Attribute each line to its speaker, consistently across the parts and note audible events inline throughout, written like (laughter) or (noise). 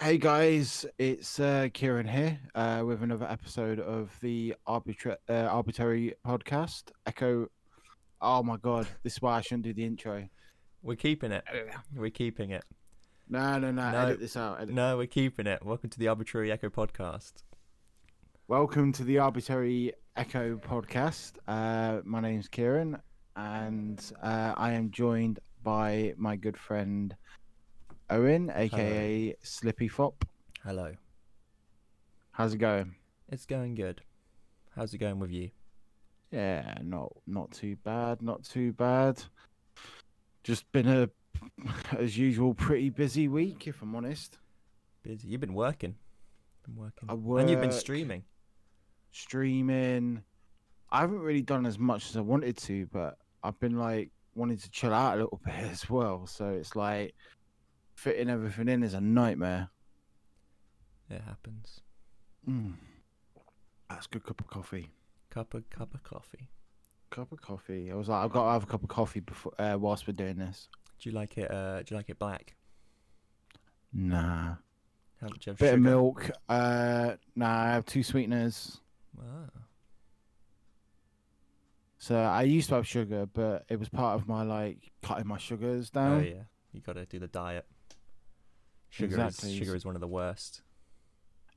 Speaker 1: Hey guys, it's uh, Kieran here uh, with another episode of the Arbitra- uh, Arbitrary Podcast. Echo. Oh my god, this is why I shouldn't do the intro.
Speaker 2: We're keeping it. We're keeping it.
Speaker 1: No, no, no,
Speaker 2: No.
Speaker 1: edit this out. edit-
Speaker 2: No, we're keeping it. Welcome to the Arbitrary Echo podcast.
Speaker 1: Welcome to the Arbitrary Echo Podcast. Uh, my name's Kieran, and uh, I am joined by my good friend Owen, aka Slippy Fop.
Speaker 2: Hello.
Speaker 1: How's it going?
Speaker 2: It's going good. How's it going with you?
Speaker 1: Yeah, not not too bad, not too bad. Just been a (laughs) as usual pretty busy week if I'm honest.
Speaker 2: Busy. You've been working. Been working.
Speaker 1: I
Speaker 2: And you've been
Speaker 1: work.
Speaker 2: streaming.
Speaker 1: Streaming. I haven't really done as much as I wanted to, but I've been like wanting to chill out a little (laughs) bit as well. So it's like fitting everything in is a nightmare.
Speaker 2: It happens.
Speaker 1: Mm. That's a good cup of coffee.
Speaker 2: Cup of cup of coffee.
Speaker 1: Cup of coffee. I was like, I've got to have a cup of coffee before uh, whilst we're doing this.
Speaker 2: Do you like it? Uh, do you like it black?
Speaker 1: Nah.
Speaker 2: How much of
Speaker 1: Bit
Speaker 2: sugar?
Speaker 1: of milk. Uh, nah, I have two sweeteners.
Speaker 2: Ah.
Speaker 1: So I used to have sugar, but it was part of my like cutting my sugars
Speaker 2: Oh
Speaker 1: down.
Speaker 2: yeah. You got to do the diet. Sugar
Speaker 1: Exactly.
Speaker 2: is sugar is one of the worst.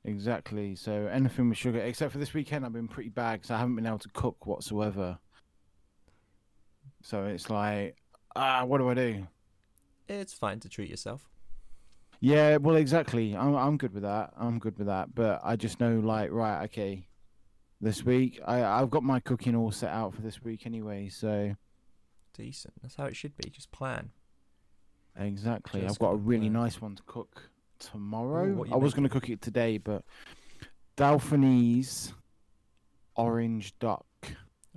Speaker 1: Exactly. So anything with sugar, except for this weekend, I've been pretty bad because I haven't been able to cook whatsoever. So it's like, ah, what do I do?
Speaker 2: It's fine to treat yourself.
Speaker 1: Yeah, well, exactly. I'm I'm good with that. I'm good with that. But I just know, like, right, okay, this week I I've got my cooking all set out for this week anyway. So
Speaker 2: Decent. That's how it should be. Just plan.
Speaker 1: Exactly. I've
Speaker 2: Just
Speaker 1: got a
Speaker 2: cook
Speaker 1: really
Speaker 2: them.
Speaker 1: nice one to cook tomorrow.
Speaker 2: what you
Speaker 1: I was going to cook it today, but Dauphinese orange duck.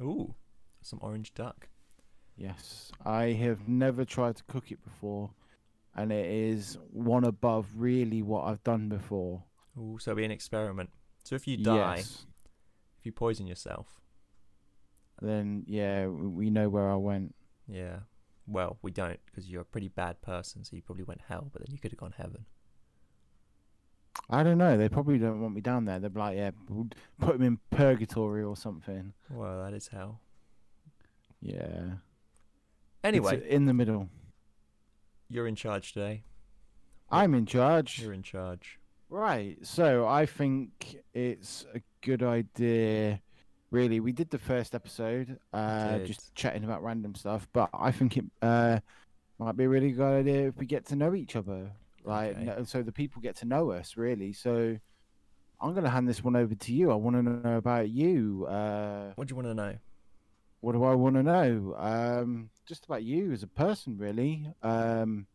Speaker 2: Ooh. Some orange duck.
Speaker 1: Yes, I have never tried to cook it before, and it is one above really what I've done before.
Speaker 2: Ooh. So it'll be an experiment. So if you die,
Speaker 1: Yes.
Speaker 2: if you poison yourself,
Speaker 1: Then yeah, w- we know where I went.
Speaker 2: yeah. Well, we don't because you're a pretty bad person, so you probably went hell, but then you could have gone heaven.
Speaker 1: I don't know. They probably don't want me down there. They'd be like, yeah, we'll put him in purgatory or something.
Speaker 2: Well, that is hell.
Speaker 1: Yeah. It's
Speaker 2: Anyway,
Speaker 1: in the middle.
Speaker 2: you're in charge today.
Speaker 1: I'm in charge.
Speaker 2: You're in charge.
Speaker 1: Right. So I think it's a good idea. Really, we did the first episode, uh,
Speaker 2: did.
Speaker 1: just chatting about random stuff, but I think it uh, might be a really good idea if we get to know each other. Like,
Speaker 2: Okay.
Speaker 1: no, so the people get to know us, really. So I'm going to hand this one over to you. I want to know about you. Uh,
Speaker 2: What do you want to know?
Speaker 1: what do I want to know? Um, just about you as a person, really. Um,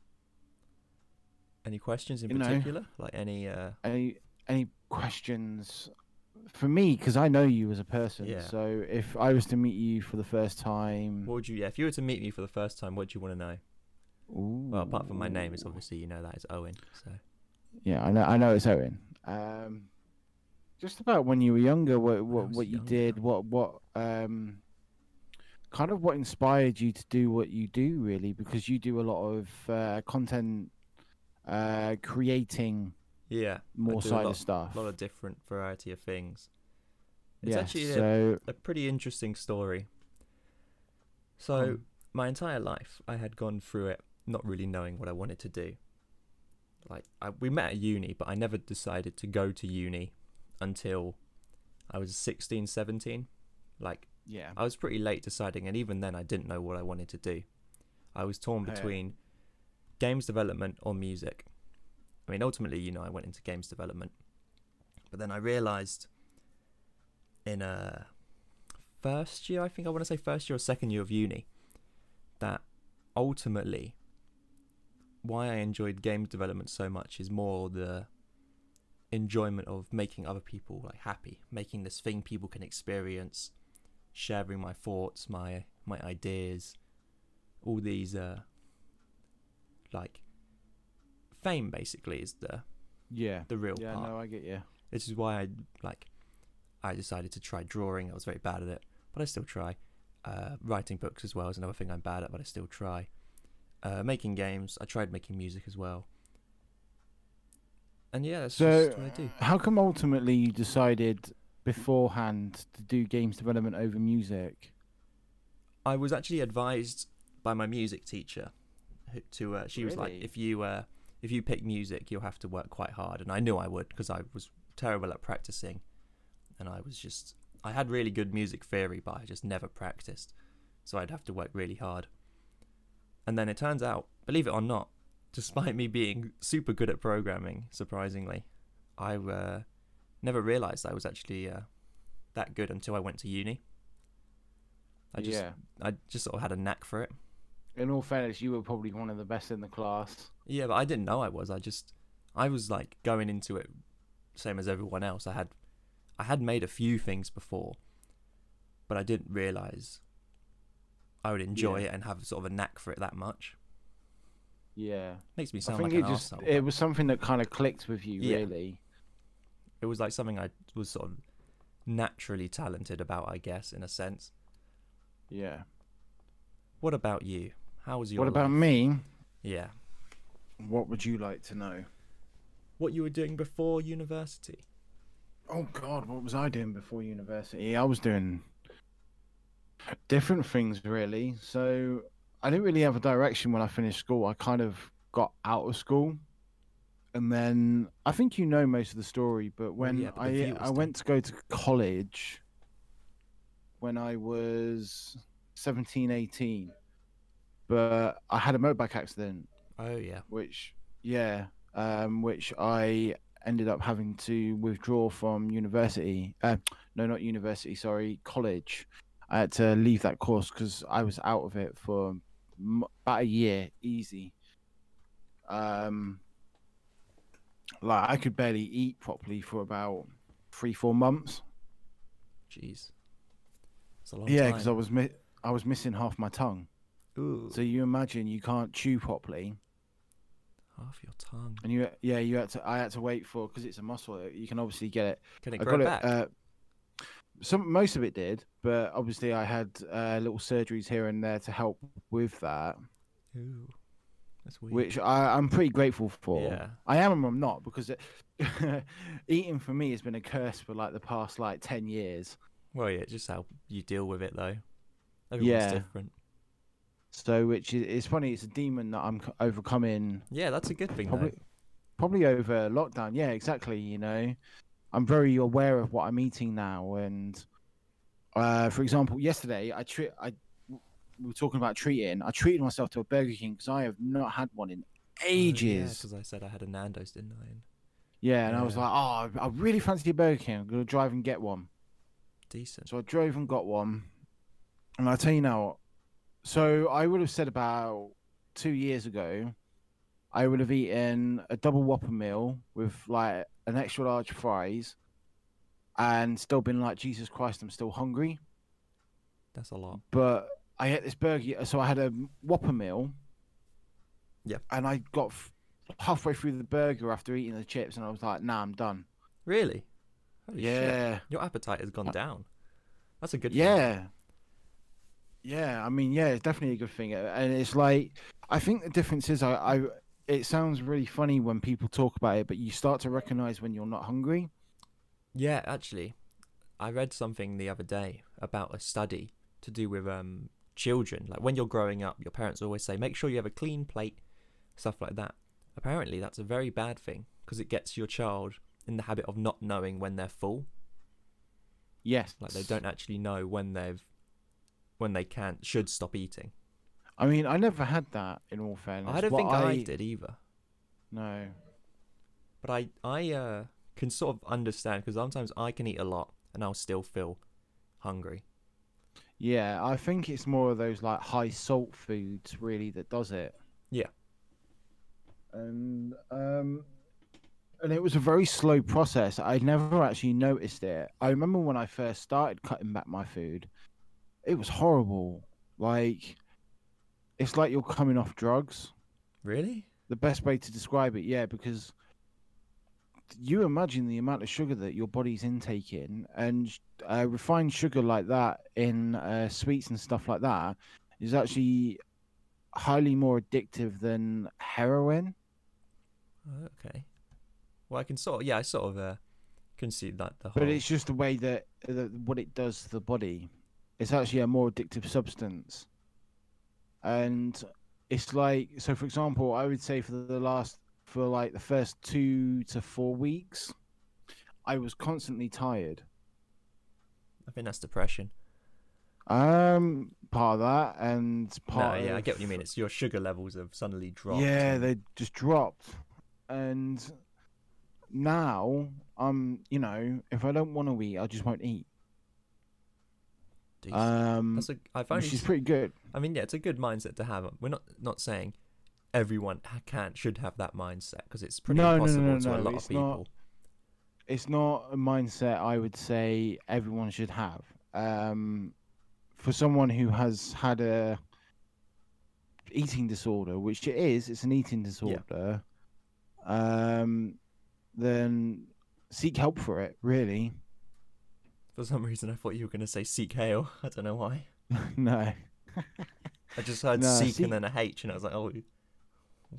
Speaker 2: Any questions in
Speaker 1: You know.
Speaker 2: particular? Like any? uh
Speaker 1: any any questions for me because I know you as a person.
Speaker 2: Yeah.
Speaker 1: So if I was to meet you for the first time,
Speaker 2: What would you? Yeah, if you were to meet me for the first time, what do you want to know? Well, apart from my name, it's
Speaker 1: Ooh.
Speaker 2: obviously you know that is Owen. So
Speaker 1: yeah, I know, I know it's Owen. Um, just about when you were younger, what
Speaker 2: When I
Speaker 1: what,
Speaker 2: was
Speaker 1: what you
Speaker 2: younger.
Speaker 1: did, what what um, kind of what inspired you to do what you do, really, because you do a lot of uh, content uh, creating
Speaker 2: yeah,
Speaker 1: more
Speaker 2: do a
Speaker 1: side
Speaker 2: lot-
Speaker 1: of stuff.
Speaker 2: a lot of different variety of things. It's
Speaker 1: yeah,
Speaker 2: actually uh, a-
Speaker 1: so
Speaker 2: a pretty interesting story. So,
Speaker 1: Um.
Speaker 2: my entire life, I had gone through it not really knowing what I wanted to do. Like, I, we met at uni, but I never decided to go to uni until I was 16, 17. Like,
Speaker 1: yeah,
Speaker 2: I was pretty late deciding, and even then, I didn't know what I wanted to do. I was torn
Speaker 1: Oh, yeah.
Speaker 2: between games development or music. I mean, ultimately, you know, I went into games development, but then I realized in a first year, I think I want to say first year or second year of uni, that ultimately, why I enjoyed game development so much is more the enjoyment of making other people like happy, making this thing people can experience, sharing my thoughts, my my ideas, all these uh like fame basically is the
Speaker 1: yeah,
Speaker 2: the real
Speaker 1: yeah.
Speaker 2: Uh, part.
Speaker 1: No, I get you.
Speaker 2: This is why I like I decided to try drawing. I was very bad at it, but I still try. Uh, writing books as well is another thing I'm bad at, but I still try. Uh, making games, I tried making music as well. And yeah, that's
Speaker 1: So-
Speaker 2: just what I do.
Speaker 1: How come ultimately you decided beforehand to do games development over music?
Speaker 2: I was actually advised by my music teacher who- to uh, she was like
Speaker 1: Really?
Speaker 2: if you uh, if you pick music you'll have to work quite hard and I knew I would because I was terrible at practicing and I was just I had really good music theory but I just never practiced so I'd have to work really hard and then it turns out believe it or not despite me being super good at programming surprisingly I uh, never realized I was actually uh, that good until I went to uni I just
Speaker 1: yeah.
Speaker 2: I just sort of had a knack for it.
Speaker 1: In all fairness, you were probably one of the best in the class.
Speaker 2: Yeah, but I didn't know I was. I just I was like going into it same as everyone else. I had I had made a few things before, but I didn't realize I would enjoy
Speaker 1: Yeah.
Speaker 2: it and have sort of a knack for it that much.
Speaker 1: Yeah.
Speaker 2: Makes me
Speaker 1: I
Speaker 2: sound
Speaker 1: think
Speaker 2: like an
Speaker 1: it just
Speaker 2: arsehole.
Speaker 1: it was something that kind of clicked with you,
Speaker 2: Yeah.
Speaker 1: really.
Speaker 2: it was like something I was sort of naturally talented about, I guess, in a sense.
Speaker 1: Yeah.
Speaker 2: What about you? How was your
Speaker 1: what about
Speaker 2: life?
Speaker 1: me?
Speaker 2: Yeah.
Speaker 1: What would you like to know?
Speaker 2: What you were doing before university?
Speaker 1: Oh God, what was I doing before university? I was doing different things really. So I didn't really have a direction when I finished school. I kind of got out of school, and then I think you know most of the story. But when
Speaker 2: yeah, but the
Speaker 1: I
Speaker 2: viewers
Speaker 1: I
Speaker 2: don't.
Speaker 1: went to go to college when I was 17, 18, but I had a motorbike accident
Speaker 2: Oh yeah.
Speaker 1: which yeah um which i ended up having to withdraw from university uh, no not university sorry college i had to leave that course because i was out of it for m- about a year easy um like i could barely eat properly for about three four months
Speaker 2: Jeez. It's a long
Speaker 1: yeah
Speaker 2: time.
Speaker 1: because i was mi- i was missing half my tongue
Speaker 2: Ooh,
Speaker 1: so you imagine you can't chew properly
Speaker 2: half your tongue.
Speaker 1: and you yeah you had to i had to wait for because it's a muscle you can obviously get it
Speaker 2: Can it
Speaker 1: I
Speaker 2: grow
Speaker 1: got it.
Speaker 2: back?
Speaker 1: Uh, some most of it did, but obviously I had uh, little surgeries here and there to help with that,
Speaker 2: Ooh, that's weird.
Speaker 1: which I, I'm pretty grateful for.
Speaker 2: Yeah.
Speaker 1: I am and I'm not because it, (laughs) eating for me has been a curse for like the past like ten years.
Speaker 2: Well, yeah, just how you deal with it though. Everyone's
Speaker 1: Yeah.
Speaker 2: different.
Speaker 1: So, which is it's funny, it's a demon that I'm c- overcoming
Speaker 2: Yeah, that's a good thing
Speaker 1: probably probably over lockdown. Yeah, exactly. You know, I'm very aware of what I'm eating now, and uh, for example, yesterday I treat I we were talking about treating. I treated myself to a Burger King because I have not had one in ages.
Speaker 2: Because I said I had a Nando's, didn't I? And
Speaker 1: yeah, and I was
Speaker 2: yeah.
Speaker 1: like, oh, I- I really fancy a Burger King. I'm gonna drive and get one.
Speaker 2: decent.
Speaker 1: So I drove and got one, and I tell you now. So I would have said about two years ago, I would have eaten a double Whopper meal with like an extra large fries, and still been like, Jesus Christ, I'm still hungry.
Speaker 2: That's a lot.
Speaker 1: But I ate this burger, so I had a Whopper meal.
Speaker 2: Yeah.
Speaker 1: And I got f- halfway through the burger after eating the chips, and I was like, Nah, I'm done.
Speaker 2: Really? Holy Shit.
Speaker 1: yeah. Uh,
Speaker 2: Your appetite has gone down. That's a good. thing.
Speaker 1: yeah yeah i mean yeah it's definitely a good thing Uh, and it's like i think the difference is i, I it sounds really funny when people talk about it but you start to recognize when you're not hungry
Speaker 2: Yeah, actually, I read something the other day about a study to do with um children. Like when you're growing up, your parents always say make sure you have a clean plate, stuff like that. Apparently, that's a very bad thing because it gets your child in the habit of not knowing when they're full.
Speaker 1: yes
Speaker 2: Like they don't actually know when they've when they can should stop eating.
Speaker 1: i mean i never had that in all fairness
Speaker 2: I don't
Speaker 1: What
Speaker 2: think I... did either,
Speaker 1: no
Speaker 2: but I I uh, can sort of understand because sometimes I can eat a lot and I'll still feel hungry.
Speaker 1: yeah i think it's more of those like high salt foods really that does it
Speaker 2: Yeah.
Speaker 1: and um and it was a very slow process i never actually noticed it i remember when i first started cutting back my food it was horrible like it's like you're coming off drugs
Speaker 2: Really?
Speaker 1: the best way to describe it yeah because you imagine the amount of sugar that your body's intaking and uh, refined sugar like that in uh, sweets and stuff like that is actually highly more addictive than heroin
Speaker 2: Oh, Okay. Well, I can sort of, yeah, I sort of uh, can see that the whole.
Speaker 1: But it's just the way that, that what it does to the body. It's actually a more addictive substance, and it's like so. For example, I would say for the last for like the first two to four weeks, I was constantly tired.
Speaker 2: I think that's depression.
Speaker 1: Um, part of that and
Speaker 2: No,
Speaker 1: part.
Speaker 2: yeah, I
Speaker 1: of-
Speaker 2: get what you mean. It's your sugar levels have suddenly dropped.
Speaker 1: Yeah,
Speaker 2: and-
Speaker 1: they just dropped, and now I'm. You know, if I don't want to eat, I just won't eat.
Speaker 2: Decent.
Speaker 1: Um,
Speaker 2: that's a, I've only
Speaker 1: which is
Speaker 2: s-
Speaker 1: pretty good.
Speaker 2: I mean, yeah, it's a good mindset to have. We're not not saying everyone ha- can should have that mindset because it's pretty
Speaker 1: No, no, no,
Speaker 2: impossible
Speaker 1: no,
Speaker 2: to a
Speaker 1: no,
Speaker 2: lot
Speaker 1: it's
Speaker 2: of people.
Speaker 1: not. it's not a mindset I would say everyone should have. Um, for someone who has had a eating disorder, which it is, it's an eating disorder. Um, then seek help for it. Really, (laughs)
Speaker 2: For some reason, I thought you were going to say seek hail. (laughs) I don't know why.
Speaker 1: no.
Speaker 2: I just heard
Speaker 1: No,
Speaker 2: seek,
Speaker 1: seek-
Speaker 2: and then a H, and I was like, oh,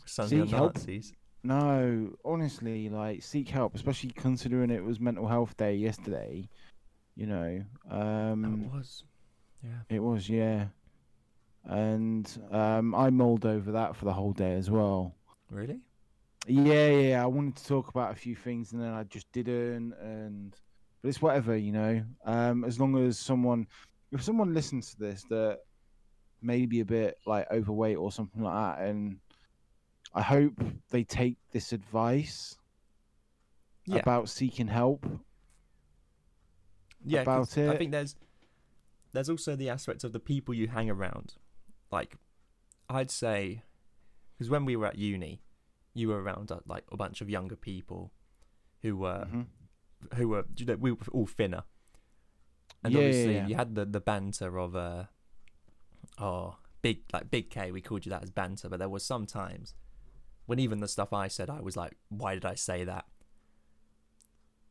Speaker 2: sounds
Speaker 1: Seek
Speaker 2: like
Speaker 1: help.
Speaker 2: Nazis.
Speaker 1: No, honestly, like seek help, especially considering it was Mental Health Day yesterday. You know,
Speaker 2: No,
Speaker 1: um,
Speaker 2: it was. Yeah.
Speaker 1: It was, yeah. And um, I mulled over that for the whole day as well.
Speaker 2: Really?
Speaker 1: Yeah, yeah. I wanted to talk about a few things, and then I just didn't. And but it's whatever, you know. Um, as long as someone, if someone listens to this, that may be a bit like overweight or something like that, and I hope they take this advice
Speaker 2: Yeah.
Speaker 1: about seeking help.
Speaker 2: yeah, 'cause
Speaker 1: about
Speaker 2: I
Speaker 1: it.
Speaker 2: think there's there's also the aspect of the people you hang around. Like, I'd say, because when we were at uni, you were around uh, like a bunch of younger people who were
Speaker 1: Mhm.
Speaker 2: who were you know we were all thinner, and
Speaker 1: Yeah, yeah,
Speaker 2: obviously
Speaker 1: yeah.
Speaker 2: you had the the banter of uh oh big like big K we called you that as banter, but there was some times when even the stuff I said I was like why did I say that?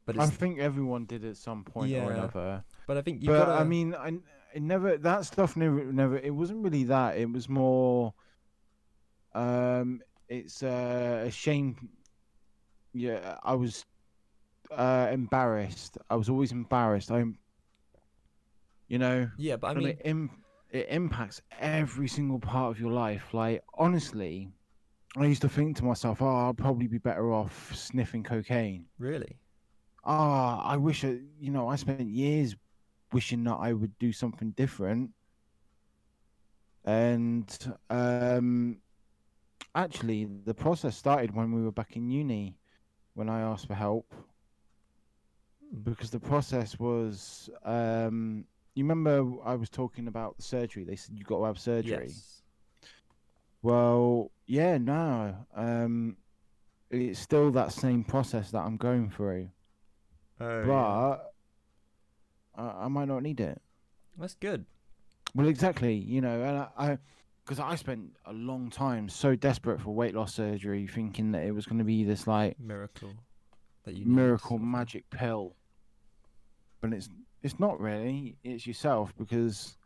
Speaker 2: But
Speaker 1: I
Speaker 2: it's,
Speaker 1: think everyone did at some point
Speaker 2: Yeah.
Speaker 1: or another.
Speaker 2: but I think you
Speaker 1: but
Speaker 2: gotta
Speaker 1: I mean, I it never that stuff never never. It wasn't really that. It was more. Um, it's uh, a shame. Yeah, I was uh, embarrassed. I was always embarrassed. I'm, you know,
Speaker 2: yeah, but I
Speaker 1: and
Speaker 2: mean
Speaker 1: it, im- it impacts every single part of your life. Like honestly, I used to think to myself, "Oh, I'll probably be better off sniffing cocaine."
Speaker 2: really.
Speaker 1: ah, I wish I, you know, I spent years wishing that I would do something different. And um, actually, the process started when we were back in uni, when I asked for help,
Speaker 2: Hmm.
Speaker 1: because the process was, um, you remember I was talking about the surgery. They said you got to have surgery.
Speaker 2: Yes.
Speaker 1: Well, yeah, no. Um, it's still that same process that I'm going through.
Speaker 2: Oh, yeah.
Speaker 1: but I, I might not need it.
Speaker 2: that's good.
Speaker 1: Well, exactly. You know, and I, because I, spent a long time so desperate for weight loss surgery, thinking that it was going to be this like
Speaker 2: Miracle that you need,
Speaker 1: miracle
Speaker 2: sort of.
Speaker 1: magic pill, but it's it's not really. It's yourself because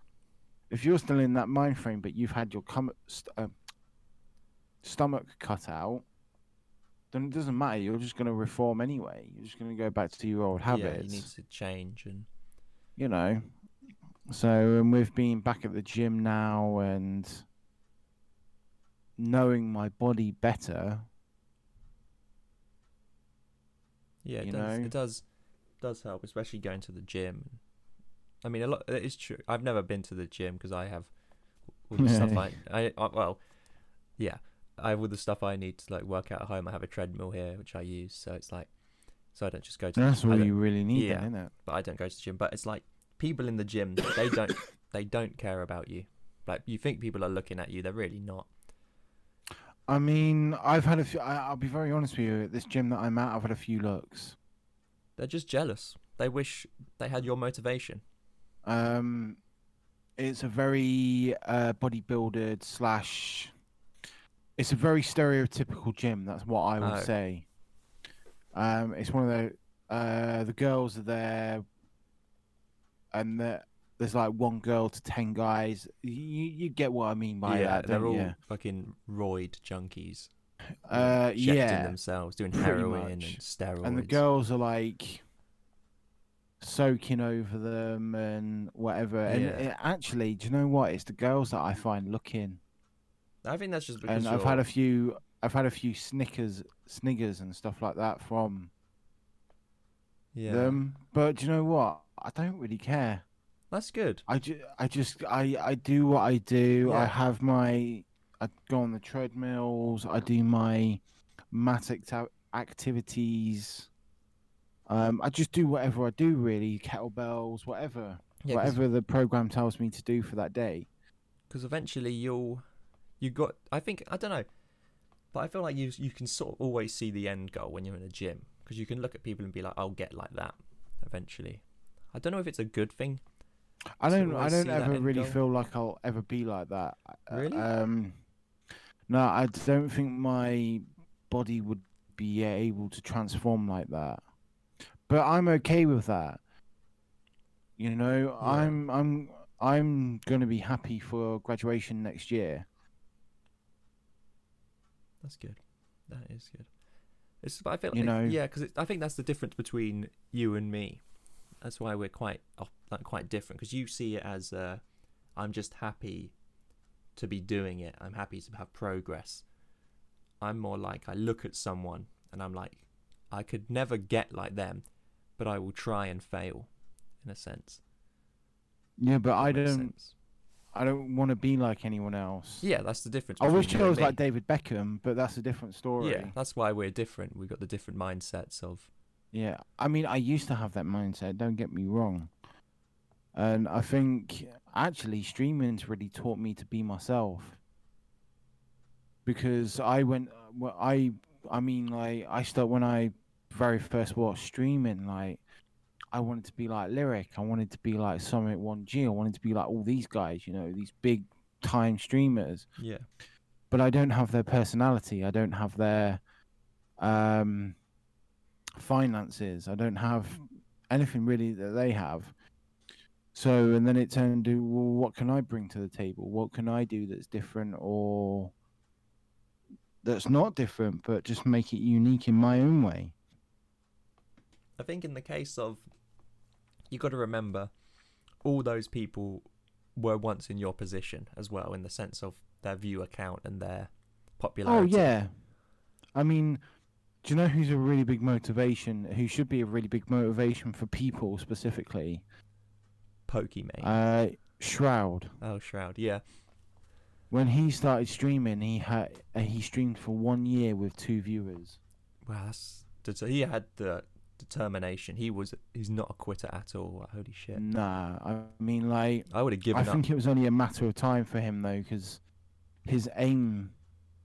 Speaker 1: if you're still in that mind frame, but you've had your com- st- um stomach cut out. Then it doesn't matter. You're just going to reform anyway. You're just going to go back to your old habits.
Speaker 2: Yeah, you need to change and
Speaker 1: you know. So, and with being back at the gym now and knowing my body better,
Speaker 2: yeah, it
Speaker 1: You
Speaker 2: does,
Speaker 1: know?
Speaker 2: it does does help, especially going to the gym. I mean, a lot. It's true. I've never been to the gym because I have all
Speaker 1: (laughs)
Speaker 2: the stuff I, I, I well, yeah, I have all the stuff I need to like work out at home. I have a treadmill here which I use, so it's like, so I don't just go to.
Speaker 1: that's
Speaker 2: I
Speaker 1: all
Speaker 2: don't-
Speaker 1: you really need,
Speaker 2: yeah.
Speaker 1: then, isn't it?
Speaker 2: but I don't go to the gym. But it's like people in the gym, they
Speaker 1: (coughs)
Speaker 2: don't they don't care about you. Like you think people are looking at you, they're really not.
Speaker 1: I mean, I've had a few. I, I'll be very honest with you. At this gym that I'm at, I've had a few looks.
Speaker 2: They're just jealous. They wish they had your motivation.
Speaker 1: Um, it's a very uh, bodybuilder slash. It's a very stereotypical gym. That's what I would
Speaker 2: Oh.
Speaker 1: say. Um, it's one of the uh, the girls are there, and the, there's like one girl to ten guys. You you get what I mean by that,
Speaker 2: they're
Speaker 1: don't
Speaker 2: all
Speaker 1: you?
Speaker 2: fucking roid junkies.
Speaker 1: Uh,
Speaker 2: injecting
Speaker 1: yeah.
Speaker 2: themselves, doing
Speaker 1: pretty
Speaker 2: heroin and
Speaker 1: much.
Speaker 2: steroids.
Speaker 1: and the girls are like soaking over them and whatever. And
Speaker 2: Yeah.
Speaker 1: it, actually, do you know what? It's the girls that I find looking.
Speaker 2: I think that's just because
Speaker 1: and I've had
Speaker 2: you're-
Speaker 1: a few. I've had a few Snickers, Sniggers, and stuff like that from
Speaker 2: yeah.
Speaker 1: them. But do you know what? I don't really care.
Speaker 2: That's good.
Speaker 1: I, ju- I just I I do what I do. I
Speaker 2: Yeah.
Speaker 1: have my I go on the treadmills. I do my mat acti- activities. Um, I just do whatever I do really, kettlebells, whatever,
Speaker 2: Yeah, 'cause-
Speaker 1: whatever the program tells me to do for that day.
Speaker 2: because eventually you'll you got i think i don't know but i feel like you you can sort of always see the end goal when you're in a gym because you can look at people and be like i'll get like that eventually i don't know if it's a good thing
Speaker 1: I
Speaker 2: So
Speaker 1: don't. I
Speaker 2: always
Speaker 1: don't
Speaker 2: see that
Speaker 1: ever
Speaker 2: end
Speaker 1: really
Speaker 2: goal.
Speaker 1: feel like I'll ever be like that. Uh,
Speaker 2: Really?
Speaker 1: Um, no, I don't think my body would be able to transform like that. But I'm okay with that. You know,
Speaker 2: Yeah.
Speaker 1: I'm. I'm. I'm gonna be happy for graduation next year.
Speaker 2: that's good that is good it's but i feel like,
Speaker 1: You know-
Speaker 2: yeah because i think that's the difference between you and me that's why we're quite op- like quite different because you see it as uh i'm just happy to be doing it i'm happy to have progress i'm more like i look at someone and i'm like i could never get like them but i will try and fail in a sense
Speaker 1: Yeah, but I
Speaker 2: That makes
Speaker 1: don't.
Speaker 2: sense.
Speaker 1: I don't want to be like anyone else.
Speaker 2: yeah that's the difference
Speaker 1: I
Speaker 2: between
Speaker 1: wish
Speaker 2: you
Speaker 1: I
Speaker 2: and
Speaker 1: was
Speaker 2: me.
Speaker 1: like David Beckham, but that's a different story.
Speaker 2: yeah that's why we're different we've got the different mindsets of
Speaker 1: Yeah, I mean, I used to have that mindset. Don't get me wrong, and I think actually streaming's really taught me to be myself because I went. Well, I I mean, like I start when I very first watched streaming, like I wanted to be like Lyric. I wanted to be like Summit One G. I wanted to be like all these guys. You know, these big time streamers
Speaker 2: yeah
Speaker 1: but I don't have their personality. I don't have their um, finances. I don't have anything really that they have. So, and then it turned to, well, what can I bring to the table? What can I do that's different or that's not different, but just make it unique in my own way?
Speaker 2: I think in the case of you got to remember all those people were once in your position as well in the sense of their viewer count and their
Speaker 1: Oh,
Speaker 2: popularity.
Speaker 1: yeah. I mean, do you know who's a really big motivation, who should be a really big motivation for people specifically?
Speaker 2: Pokimane.
Speaker 1: Uh, Shroud.
Speaker 2: oh, Shroud. Yeah.
Speaker 1: When he started streaming, he had uh, he streamed for one year with two viewers.
Speaker 2: Wow, that's det- he had the determination. He was he's not a quitter at all. Like, holy shit.
Speaker 1: Nah, I mean, like
Speaker 2: I would have
Speaker 1: Mm. I
Speaker 2: given up.
Speaker 1: think it was only a matter of time for him though, because his aim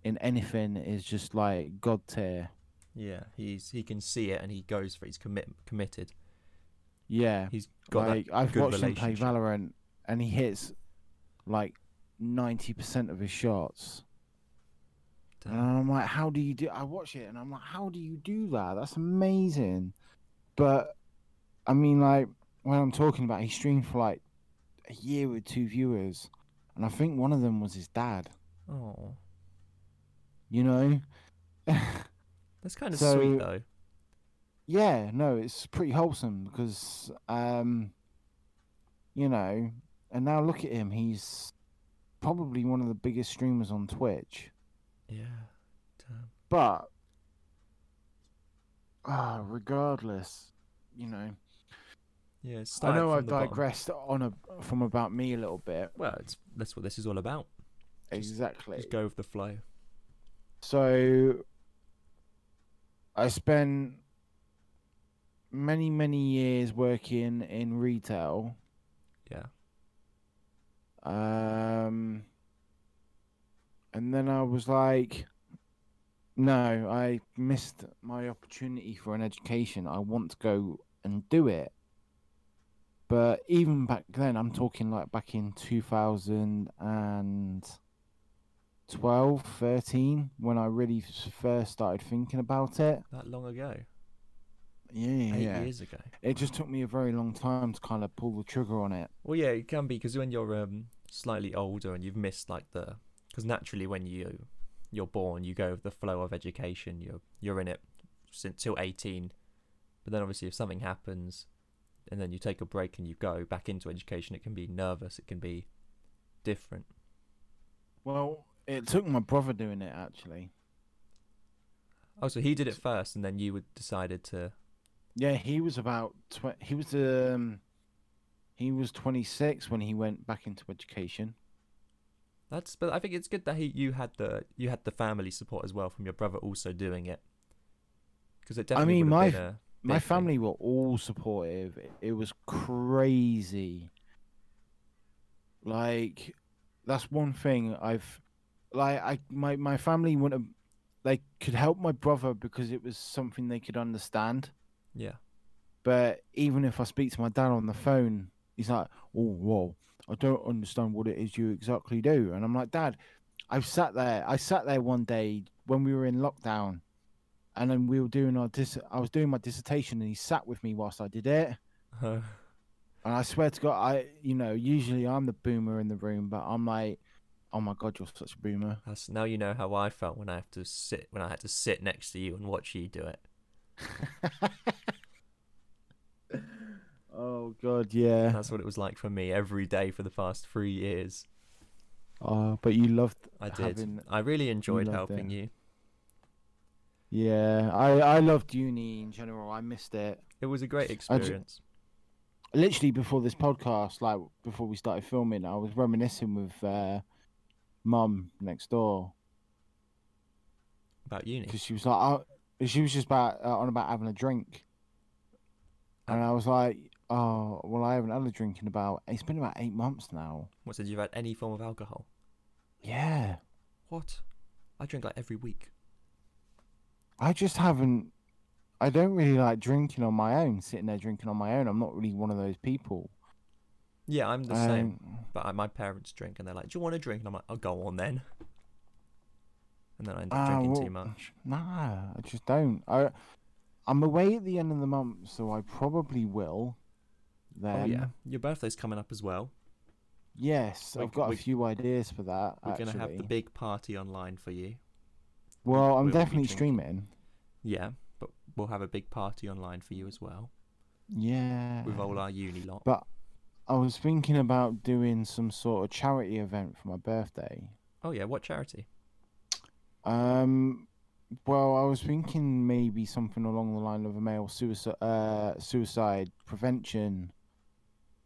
Speaker 1: in anything is just like god tier.
Speaker 2: Yeah, he's he can see it and he goes for it. He's commit committed.
Speaker 1: Yeah,
Speaker 2: He's got
Speaker 1: like I've
Speaker 2: good
Speaker 1: watched him play
Speaker 2: relationship.
Speaker 1: Valorant, and he hits like ninety percent of his shots.
Speaker 2: that.
Speaker 1: And I'm like, how do you do? I watch it and I'm like, how do you do that? That's amazing. But I mean, like when I'm talking about, he streamed for like a year with two viewers, and I think one of them was his dad.
Speaker 2: Oh,
Speaker 1: You know? (laughs)
Speaker 2: that's kind of
Speaker 1: So-
Speaker 2: sweet though.
Speaker 1: yeah, no, it's pretty wholesome because, um, you know, and now look at him. He's probably one of the biggest streamers on Twitch.
Speaker 2: Yeah. Damn.
Speaker 1: But ah, regardless, you know,
Speaker 2: Yeah.
Speaker 1: I
Speaker 2: started
Speaker 1: know
Speaker 2: from
Speaker 1: I've
Speaker 2: the bottom.
Speaker 1: digressed on a, from about me a little bit.
Speaker 2: Well, it's, that's what this is all about. Just-
Speaker 1: Exactly.
Speaker 2: Just go with the flow.
Speaker 1: So I spent many many years working in retail.
Speaker 2: Yeah.
Speaker 1: Um and then I was like no, I missed my opportunity for an education. I want to go and do it. But even back then, I'm talking like back in 2012, 13, when I really s- first started thinking about it.
Speaker 2: That long ago.
Speaker 1: Yeah,
Speaker 2: Eight
Speaker 1: yeah.
Speaker 2: years ago.
Speaker 1: It just took me a very long time to kind of pull the trigger on it.
Speaker 2: Well, yeah, it can be because when you're um, slightly older and you've missed like the because naturally when you you're born, you go with the flow of education. You're you're in it since till 18, but then obviously if something happens, and then you take a break and you go back into education, it can be nervous. It can be different.
Speaker 1: Well, it took my brother doing it actually.
Speaker 2: Oh, so he did it first, and then you would decided to.
Speaker 1: Yeah, he was about tw- he was um he was 26 when he went back into education.
Speaker 2: That's but I think it's good that he you had the you had the family support as well from your brother also doing it. Because it
Speaker 1: I
Speaker 2: definitely.
Speaker 1: mean, my-
Speaker 2: would have been a
Speaker 1: My
Speaker 2: big thing.
Speaker 1: family were all supportive. It- It was crazy. Like that's one thing I've like I my my family wouldn't have, they could help my brother because it was something they could understand.
Speaker 2: Yeah.
Speaker 1: But even if I speak to my dad on the phone, he's like, "Oh, whoa, I don't understand what it is you exactly do." And I'm like, "Dad, I've sat there. I sat there one day when we were in lockdown, and then we were doing our dis. I was doing my dissertation, and he sat with me whilst I did it. And I swear to God, I, you know, usually I'm the boomer in the room, but I'm like, "Oh my God, you're such a boomer."
Speaker 2: (laughs)
Speaker 1: (laughs)
Speaker 2: That's now you know how I felt when I have to sit when I had to sit next to you and watch you do
Speaker 1: (laughs)
Speaker 2: it.
Speaker 1: oh God, yeah.
Speaker 2: That's what it was like for me every day for the past three years.
Speaker 1: Oh, but you loved
Speaker 2: I did.
Speaker 1: Having-
Speaker 2: I really enjoyed
Speaker 1: loved
Speaker 2: helping
Speaker 1: it.
Speaker 2: you.
Speaker 1: Yeah, I I loved uni in general. I missed it.
Speaker 2: It was a great
Speaker 1: I d-
Speaker 2: experience.
Speaker 1: Literally before this podcast, like before we started filming, I was reminiscing with uh, mum next door
Speaker 2: About uni.
Speaker 1: because she was like, oh, she was just about uh, on about having a drink, and I was like, oh, well, I haven't had a drink in about it's been about eight months now.
Speaker 2: What said you've had any form of alcohol?
Speaker 1: Yeah,
Speaker 2: What? I drink like every week.
Speaker 1: I just haven't. I don't really like drinking on my own, sitting there drinking on my own. I'm not really one of those people.
Speaker 2: Yeah, I'm the same.
Speaker 1: Um,
Speaker 2: But I, my parents drink and they're like, "Do you want a drink?" And I'm like, "I'll go on then." And then I end up
Speaker 1: Ah,
Speaker 2: drinking
Speaker 1: well-
Speaker 2: too much.
Speaker 1: Nah, I just don't. I, I'm away at the end of the month, so I probably will. (laughs) Then.
Speaker 2: oh yeah, your birthday's coming up as well.
Speaker 1: Yes,
Speaker 2: We
Speaker 1: I've
Speaker 2: c-
Speaker 1: got
Speaker 2: we-
Speaker 1: a few ideas for that.
Speaker 2: We're
Speaker 1: actually.
Speaker 2: gonna have the big party online for you.
Speaker 1: well,
Speaker 2: we will
Speaker 1: I'm
Speaker 2: be
Speaker 1: definitely
Speaker 2: drinking.
Speaker 1: streaming.
Speaker 2: Yeah, but we'll have a big party online for you as well
Speaker 1: Yeah.
Speaker 2: with all our uni lot.
Speaker 1: But I was thinking about doing some sort of charity event for my birthday.
Speaker 2: Oh yeah, what charity?
Speaker 1: Um, well, I was thinking maybe something along the line of a male suicide uh, suicide prevention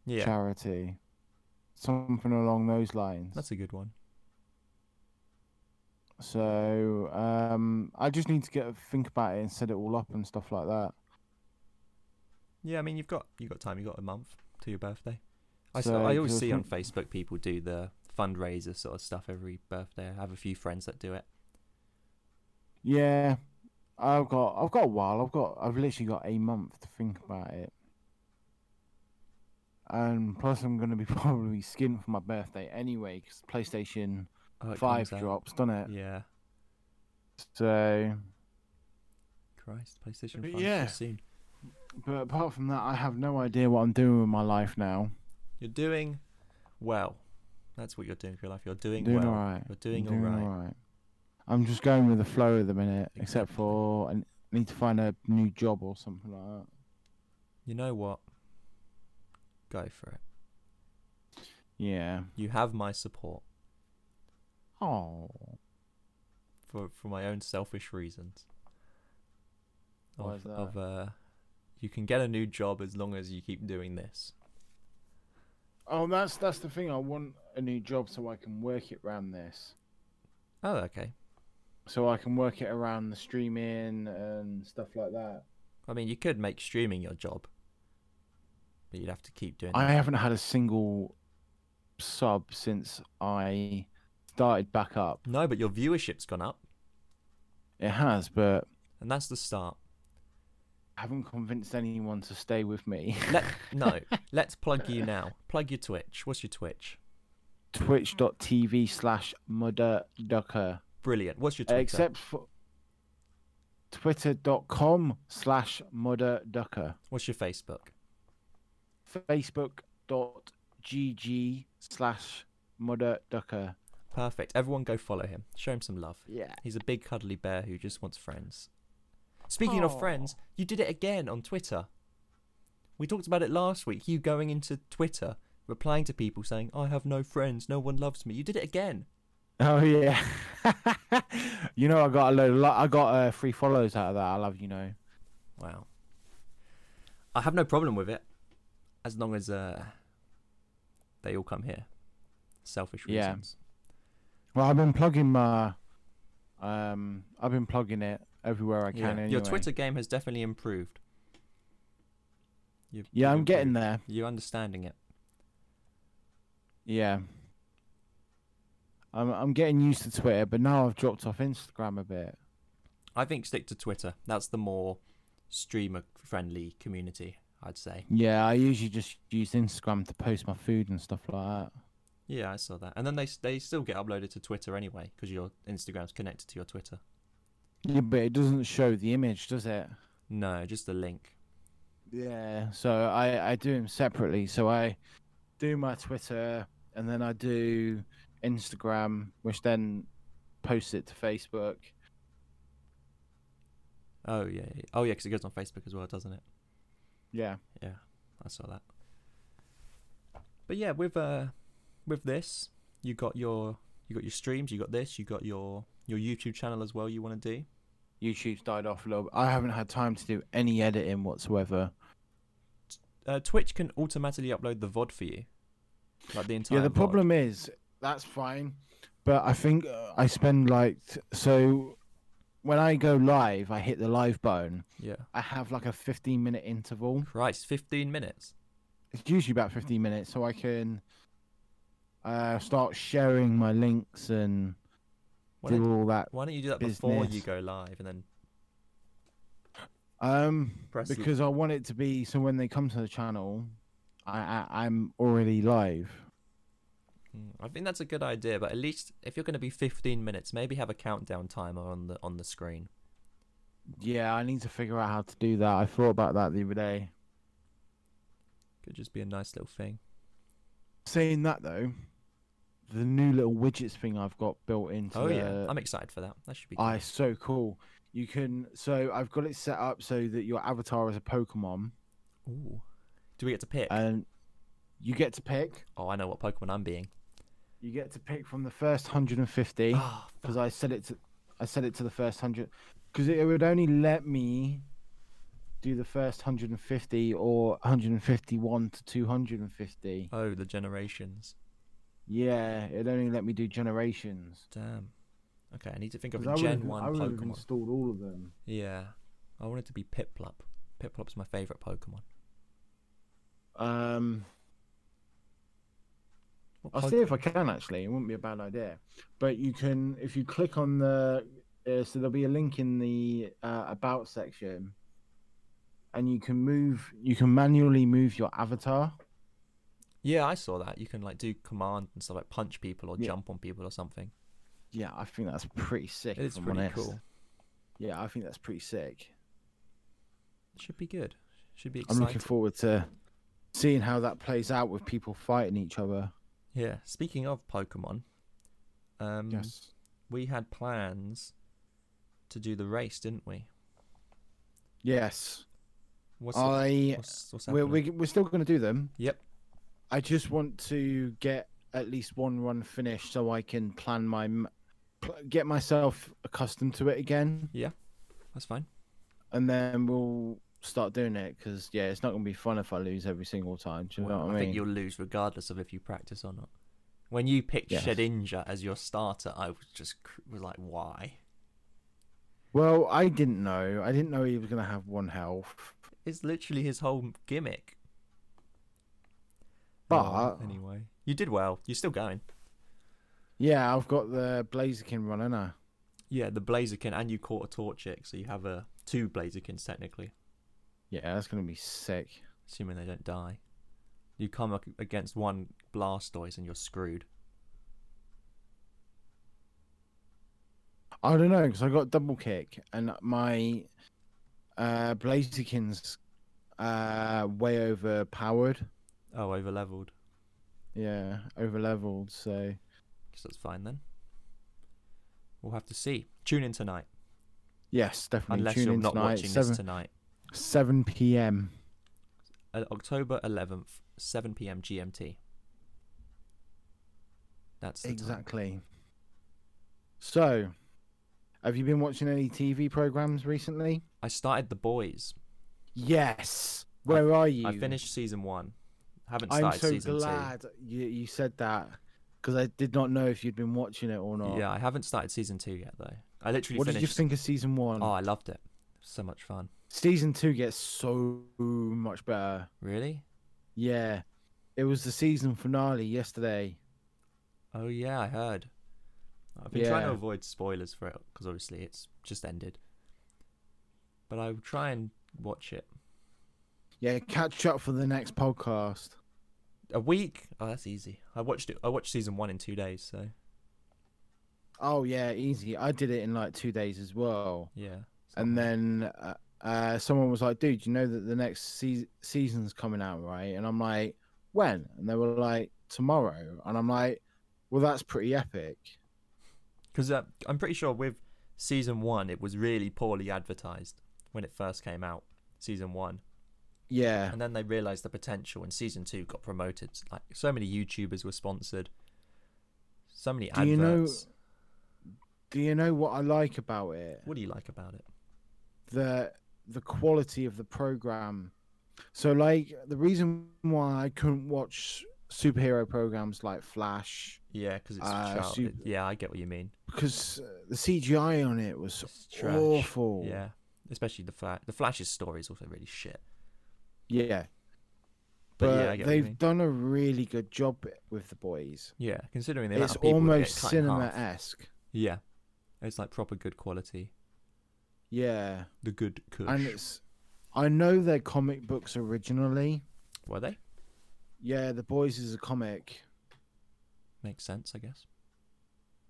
Speaker 2: Yeah,
Speaker 1: charity, something along those lines.
Speaker 2: that's a good one.
Speaker 1: So um, I just need to get think about it and set it all up and stuff like that.
Speaker 2: Yeah, I mean you've got you've got time. You've got a month to your birthday. I s-
Speaker 1: So,
Speaker 2: I
Speaker 1: (laughs)
Speaker 2: always
Speaker 1: just
Speaker 2: see on
Speaker 1: want-
Speaker 2: Facebook people do the fundraiser sort of stuff every birthday. I have a few friends that do it.
Speaker 1: Yeah, I've got I've got a while. I've got I've literally got a month to think about it. And plus, I'm gonna be (laughs) probably skinned for my birthday anyway because PlayStation
Speaker 2: Oh, it
Speaker 1: Five
Speaker 2: comes out.
Speaker 1: drops, doesn't it?
Speaker 2: Yeah,
Speaker 1: So,
Speaker 2: Christ, PlayStation
Speaker 1: But
Speaker 2: Five so
Speaker 1: yeah.
Speaker 2: soon.
Speaker 1: but apart from that, I have no idea what I'm doing with my life now.
Speaker 2: You're doing well. That's what you're doing for your life. You're doing,
Speaker 1: doing
Speaker 2: well.
Speaker 1: all right.
Speaker 2: You're doing,
Speaker 1: I'm
Speaker 2: all right.
Speaker 1: alright. I'm just going with the flow at the minute, except for I n- need to find a new job or something like that.
Speaker 2: You know what? Go for it.
Speaker 1: Yeah.
Speaker 2: You have my support
Speaker 1: Oh.
Speaker 2: for for my own selfish reasons.
Speaker 1: Why
Speaker 2: of,
Speaker 1: is that?
Speaker 2: Of uh, you can get a new job as long as you keep doing this.
Speaker 1: Oh, that's that's the thing. I want a new job so I can work it around this.
Speaker 2: Oh, okay.
Speaker 1: So I can work it around the streaming and stuff like that.
Speaker 2: I mean, you could make streaming your job, but you'd have to keep doing.
Speaker 1: I
Speaker 2: that.
Speaker 1: haven't had a single sub since I started back up.
Speaker 2: No, but your viewership's gone up,
Speaker 1: It has, but
Speaker 2: and that's the start.
Speaker 1: I haven't convinced anyone to stay with me. (laughs)
Speaker 2: Let no, let's plug you now. Plug your Twitch. What's your Twitch?
Speaker 1: Twitch.tv slash mudder ducker.
Speaker 2: Brilliant. What's your Twitter?
Speaker 1: Except for twitter.com slash mudder ducker.
Speaker 2: What's your Facebook?
Speaker 1: facebook.gg slash mudder ducker
Speaker 2: Perfect. Everyone go follow him. Show him some love.
Speaker 1: Yeah.
Speaker 2: He's a big cuddly bear who just wants friends. Speaking
Speaker 3: Aw.
Speaker 2: of friends, you did it again on Twitter. We talked about it last week. You going into Twitter, replying to people saying, "I have no friends. No one loves me." You did it again.
Speaker 1: Oh yeah. (laughs) you know I got a load. Of lo- I got uh, free follows out of that. I love you know.
Speaker 2: Wow. I have no problem with it, as long as uh, they all come here. Selfish
Speaker 1: Yeah.
Speaker 2: reasons.
Speaker 1: Well, I've been plugging my. Um, I've been plugging it everywhere I can. Anyway.
Speaker 2: Your Twitter game has definitely improved. You've-
Speaker 1: Yeah,
Speaker 2: you've
Speaker 1: I'm getting
Speaker 2: improved.
Speaker 1: there.
Speaker 2: You're understanding it.
Speaker 1: Yeah. I'm I'm getting used to Twitter, but now I've dropped off Instagram a bit.
Speaker 2: I think stick to Twitter. That's the more streamer friendly community, I'd say.
Speaker 1: Yeah, I usually just use Instagram to post my food and stuff like that.
Speaker 2: Yeah, I saw that. And then they s- they still get uploaded to Twitter anyway because your Instagram's connected to your Twitter.
Speaker 1: Yeah, but it doesn't show the image, does it?
Speaker 2: No, just the link.
Speaker 1: Yeah, so I I do them separately. So I do my Twitter and then I do Instagram, which then posts it to Facebook.
Speaker 2: Oh yeah. yeah. Oh yeah, because it goes on Facebook as well, doesn't it?
Speaker 1: Yeah.
Speaker 2: Yeah, I saw that. But yeah, with uh, with this, you got your you got your streams, you got this, you got your your YouTube channel as well. You want to do?
Speaker 1: YouTube's died off a little. bit. I haven't had time to do any editing whatsoever.
Speaker 2: Uh, Twitch can automatically upload the VOD for you, like the entire.
Speaker 1: yeah, the
Speaker 2: VOD.
Speaker 1: problem is that's fine, but I think uh, I spend like t- so when I go live, I hit the live button.
Speaker 2: Yeah.
Speaker 1: I have like a 15 minute interval.
Speaker 2: Christ, fifteen minutes.
Speaker 1: It's usually about 15 minutes, so I can uh, start sharing my links and
Speaker 2: Why don't,
Speaker 1: do all that.
Speaker 2: why don't you do that before you
Speaker 1: business?
Speaker 2: go live and then?
Speaker 1: Um,
Speaker 2: Press the-
Speaker 1: because I want it to be so when they come to the channel, I, I I'm already live.
Speaker 2: Mm, I think that's a good idea, but at least if you're going to be fifteen minutes, maybe have a countdown timer on the on the screen.
Speaker 1: Yeah, I need to figure out how to do that. I thought about that the other day.
Speaker 2: Could just be a nice little thing.
Speaker 1: Saying that though, the new little widgets thing I've got built into
Speaker 2: Oh
Speaker 1: the,
Speaker 2: yeah, I'm excited for that. That should be.
Speaker 1: I
Speaker 2: good.
Speaker 1: so cool. You can so I've got it set up so that your avatar is a Pokemon
Speaker 2: Ooh. Do we get to pick?
Speaker 1: and you get to pick.
Speaker 2: Oh, I know what Pokemon I'm being.
Speaker 1: You get to pick from the first 150
Speaker 2: Oh,
Speaker 1: because I set it to I set it to the first 100 because it would only let me do the first 150 or 151 to 250.
Speaker 2: oh, the generations.
Speaker 1: Yeah, it only let me do generations.
Speaker 2: Damn. Okay, I need to think of
Speaker 1: 'Cause
Speaker 2: a
Speaker 1: I
Speaker 2: Gen
Speaker 1: would've-
Speaker 2: One
Speaker 1: I would have
Speaker 2: Pokemon.
Speaker 1: installed all of them.
Speaker 2: Yeah, I wanted to be Piplup. Piplup's my favorite Pokemon.
Speaker 1: Um,
Speaker 2: What
Speaker 1: I'll
Speaker 2: Poke-
Speaker 1: see if I can actually. It wouldn't be a bad idea. But you can, if you click on the, uh, so there'll be a link in the uh, about section, and you can move, you can manually move your avatar.
Speaker 2: Yeah, I saw that. You can like do command and stuff like punch people or
Speaker 1: Yeah.
Speaker 2: jump on people or something.
Speaker 1: Yeah, I think that's pretty sick.
Speaker 2: It's
Speaker 1: if I'm
Speaker 2: pretty
Speaker 1: honest.
Speaker 2: cool.
Speaker 1: Yeah, I think that's pretty sick.
Speaker 2: Should be good. Should be
Speaker 1: I'm
Speaker 2: exciting.
Speaker 1: looking forward to seeing how that plays out with people fighting each other.
Speaker 2: Yeah. Speaking of Pokemon, um, we had plans to do the race, didn't we?
Speaker 1: Yes.
Speaker 2: What's the-
Speaker 1: I.
Speaker 2: what's, what's
Speaker 1: Oh, We're,
Speaker 2: happening?
Speaker 1: we're, we're still going to do them.
Speaker 2: Yep.
Speaker 1: I just want to get at least one run finished so I can plan my m- pl- get myself accustomed to it again,
Speaker 2: That's fine.
Speaker 1: and then we'll start doing it. Because yeah, it's not gonna be fun if I lose every single time. Do you
Speaker 2: Well,
Speaker 1: know
Speaker 2: I,
Speaker 1: what I
Speaker 2: think
Speaker 1: mean?
Speaker 2: you'll lose regardless of if you practice or not. When you picked
Speaker 1: Yes.
Speaker 2: Shedinja as your starter, I was just cr- was like, why?
Speaker 1: Well, I didn't know. I didn't know he was gonna have one health.
Speaker 2: It's literally his whole gimmick.
Speaker 1: But
Speaker 2: anyway, you did well. You're still going.
Speaker 1: yeah, I've got the Blaziken run, and I.
Speaker 2: Yeah, the Blaziken, and you caught a Torchic, so you have a two Blazikens technically,
Speaker 1: Yeah, that's gonna be sick.
Speaker 2: assuming they don't die. You come ac- against one Blastoise and you're screwed.
Speaker 1: I don't know because I got double kick and my uh, Blaziken's uh, way overpowered.
Speaker 2: Oh, over leveled.
Speaker 1: Yeah, over leveled. So
Speaker 2: Guess that's fine then. We'll have to see. Tune in tonight,
Speaker 1: Yes, definitely.
Speaker 2: unless
Speaker 1: Tune
Speaker 2: you're
Speaker 1: in
Speaker 2: not
Speaker 1: tonight,
Speaker 2: watching
Speaker 1: seven
Speaker 2: this tonight.
Speaker 1: seven p.m.
Speaker 2: Uh, October 11th, 7 p.m. GMT. That's the time.
Speaker 1: Exactly. So, have you been watching any TV programs recently?
Speaker 2: I started The Boys.
Speaker 1: Yes. Where are you?
Speaker 2: I finished season one. Haven't started
Speaker 1: I'm so
Speaker 2: season
Speaker 1: glad you you said that because I did not know if you'd been watching it or
Speaker 2: two.
Speaker 1: not.
Speaker 2: Yeah, I haven't started season two yet though. I literally
Speaker 1: What did you
Speaker 2: finished.
Speaker 1: think of season one?
Speaker 2: Oh, I loved it. So much fun.
Speaker 1: Season two gets so much better.
Speaker 2: Really?
Speaker 1: Yeah, it was the season finale yesterday.
Speaker 2: Oh yeah, I heard. I've been trying to
Speaker 1: Yeah.
Speaker 2: avoid spoilers for it because obviously it's just ended. But I will try and watch it
Speaker 1: Yeah, catch up for the next podcast.
Speaker 2: a week. Oh, that's easy. I watched it. I watched season one in two days. So
Speaker 1: Oh yeah, easy. I did it in like two days as well.
Speaker 2: yeah.
Speaker 1: and then uh, uh, someone was like, "Dude, you know that the next sea- season's coming out, right?" And I'm like, "When?" And they were like, "Tomorrow." And I'm like, "Well, that's pretty epic."
Speaker 2: because uh, I'm pretty sure with season one it was really poorly advertised when it first came out. Season one.
Speaker 1: Yeah,
Speaker 2: and then they realized the potential and season two got promoted like so many youtubers were sponsored so many
Speaker 1: Do
Speaker 2: adverts
Speaker 1: you know- do you know what I like about it?
Speaker 2: what do you like about it
Speaker 1: The the quality of the program. So like the reason why I couldn't watch superhero programs like Flash
Speaker 2: yeah because it's
Speaker 1: Uh,
Speaker 2: child-
Speaker 1: sup-
Speaker 2: it- yeah i get what you mean
Speaker 1: because uh, the CGI on it was
Speaker 2: It's trash.
Speaker 1: awful.
Speaker 2: yeah especially the flash the flash's story is also really shit
Speaker 1: yeah. But,
Speaker 2: but, yeah I get what you
Speaker 1: they've
Speaker 2: mean.
Speaker 1: done a really good job with the boys.
Speaker 2: yeah considering the amount
Speaker 1: it's
Speaker 2: of people that get
Speaker 1: almost
Speaker 2: cut in half.
Speaker 1: cinema esque.
Speaker 2: yeah it's like proper good quality
Speaker 1: Yeah,
Speaker 2: the good kush
Speaker 1: and it's. I know they're comic books originally.
Speaker 2: were they
Speaker 1: Yeah, The Boys is a comic,
Speaker 2: makes sense i guess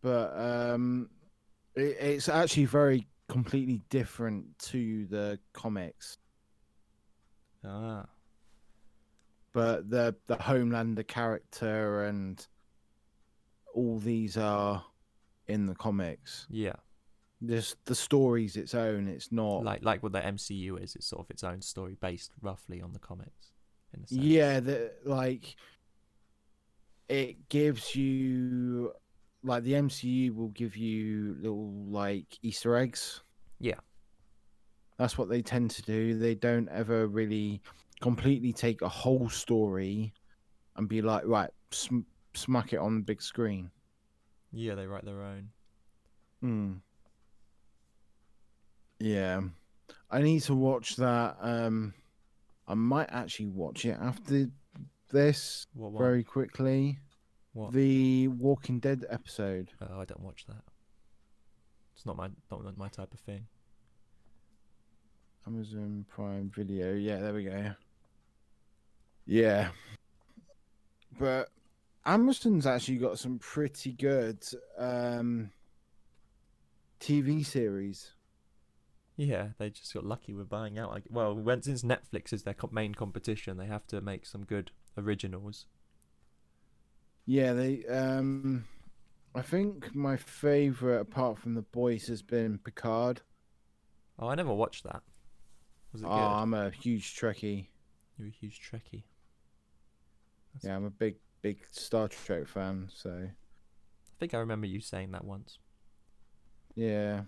Speaker 1: but um, it, it's actually very completely different to the comics.
Speaker 2: ah
Speaker 1: But the the Homelander character and all these are in the comics.
Speaker 2: yeah
Speaker 1: This the story's its own. It's not.
Speaker 2: like like what the mcu is it's sort of its own story based roughly on the comics in a sense.
Speaker 1: Yeah, the, like it gives you like the MCU will give you little like Easter eggs.
Speaker 2: Yeah.
Speaker 1: That's what they tend to do. They don't ever really completely take a whole story and be like, right, sm- smack it on the big screen.
Speaker 2: Yeah, they write their own.
Speaker 1: Mm. Yeah. I need to watch that. Um, I might actually watch it after this
Speaker 2: What? What?
Speaker 1: very quickly.
Speaker 2: what?
Speaker 1: The Walking Dead episode.
Speaker 2: Oh, I don't watch that. It's not my not not my type of thing.
Speaker 1: Amazon Prime Video. Yeah, there we go. Yeah. But Amazon's actually got some pretty good um, TV series.
Speaker 2: Yeah, they just got lucky with buying out. Like, well, when since Netflix is their co- main competition, they have to make some good originals.
Speaker 1: Yeah, they. Um, I think my favorite, apart from the boys, has been Picard.
Speaker 2: Oh, I never watched that. Was it
Speaker 1: Oh,
Speaker 2: good?
Speaker 1: I'm a huge Trekkie.
Speaker 2: You're a huge Trekkie. That's-
Speaker 1: Yeah, I'm a big, big Star Trek fan. So
Speaker 2: I think I remember you saying that once.
Speaker 1: yeah.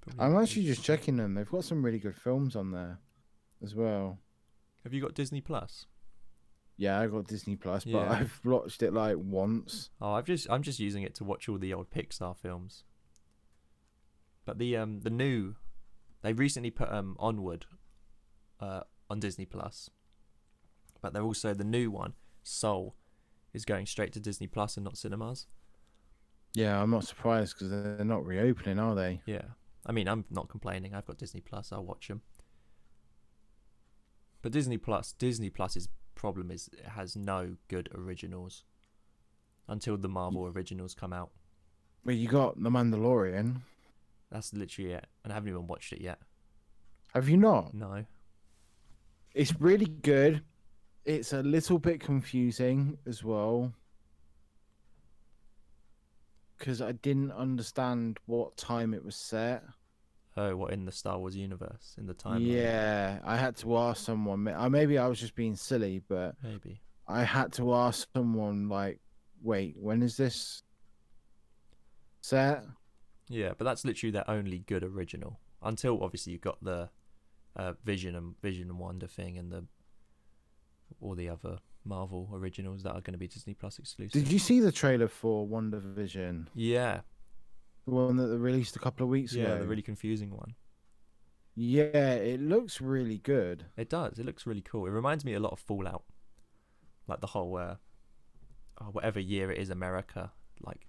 Speaker 2: Probably
Speaker 1: I'm
Speaker 2: not
Speaker 1: actually
Speaker 2: huge
Speaker 1: just
Speaker 2: Trek-
Speaker 1: checking them. They've got some really good films on there as well.
Speaker 2: Have you got Disney Plus?
Speaker 1: Yeah, I got Disney Plus, but
Speaker 2: Yeah.
Speaker 1: I've watched it like once.
Speaker 2: Oh, I've just I'm just using it to watch all the old Pixar films. But the um the new, they recently put um Onward, uh on Disney Plus. But they're also the new one Soul, is going straight to Disney Plus and not cinemas.
Speaker 1: Yeah, I'm not surprised because they're not reopening, are they?
Speaker 2: Yeah, I mean I'm not complaining. I've got Disney Plus. I'll watch them. But Disney Plus, Disney Plus's problem is it has no good originals. Until the Marvel originals come out,
Speaker 1: Well, you got The Mandalorian.
Speaker 2: that's literally it, and I haven't even watched it yet.
Speaker 1: Have you not?
Speaker 2: No.
Speaker 1: It's really good. It's a little bit confusing as well. because I didn't understand what time it was set.
Speaker 2: Oh, what in the Star Wars universe in the time?
Speaker 1: yeah, I had to ask someone. ma- uh, Maybe I was just being silly, but
Speaker 2: maybe.
Speaker 1: I had to ask someone like, "Wait, when is this set?"
Speaker 2: Yeah, but that's literally their only good original. Until obviously you got the uh, Vision and Vision and Wonder thing and the all the other Marvel originals that are going to be Disney Plus exclusive.
Speaker 1: Did you see the trailer for Wonder Vision?
Speaker 2: Yeah,
Speaker 1: The one that they released a couple of weeks
Speaker 2: yeah,
Speaker 1: ago.
Speaker 2: the really confusing one.
Speaker 1: Yeah, it looks really good.
Speaker 2: It does. It looks really cool. It reminds me a lot of Fallout, like the whole uh, oh, whatever year it is, America, like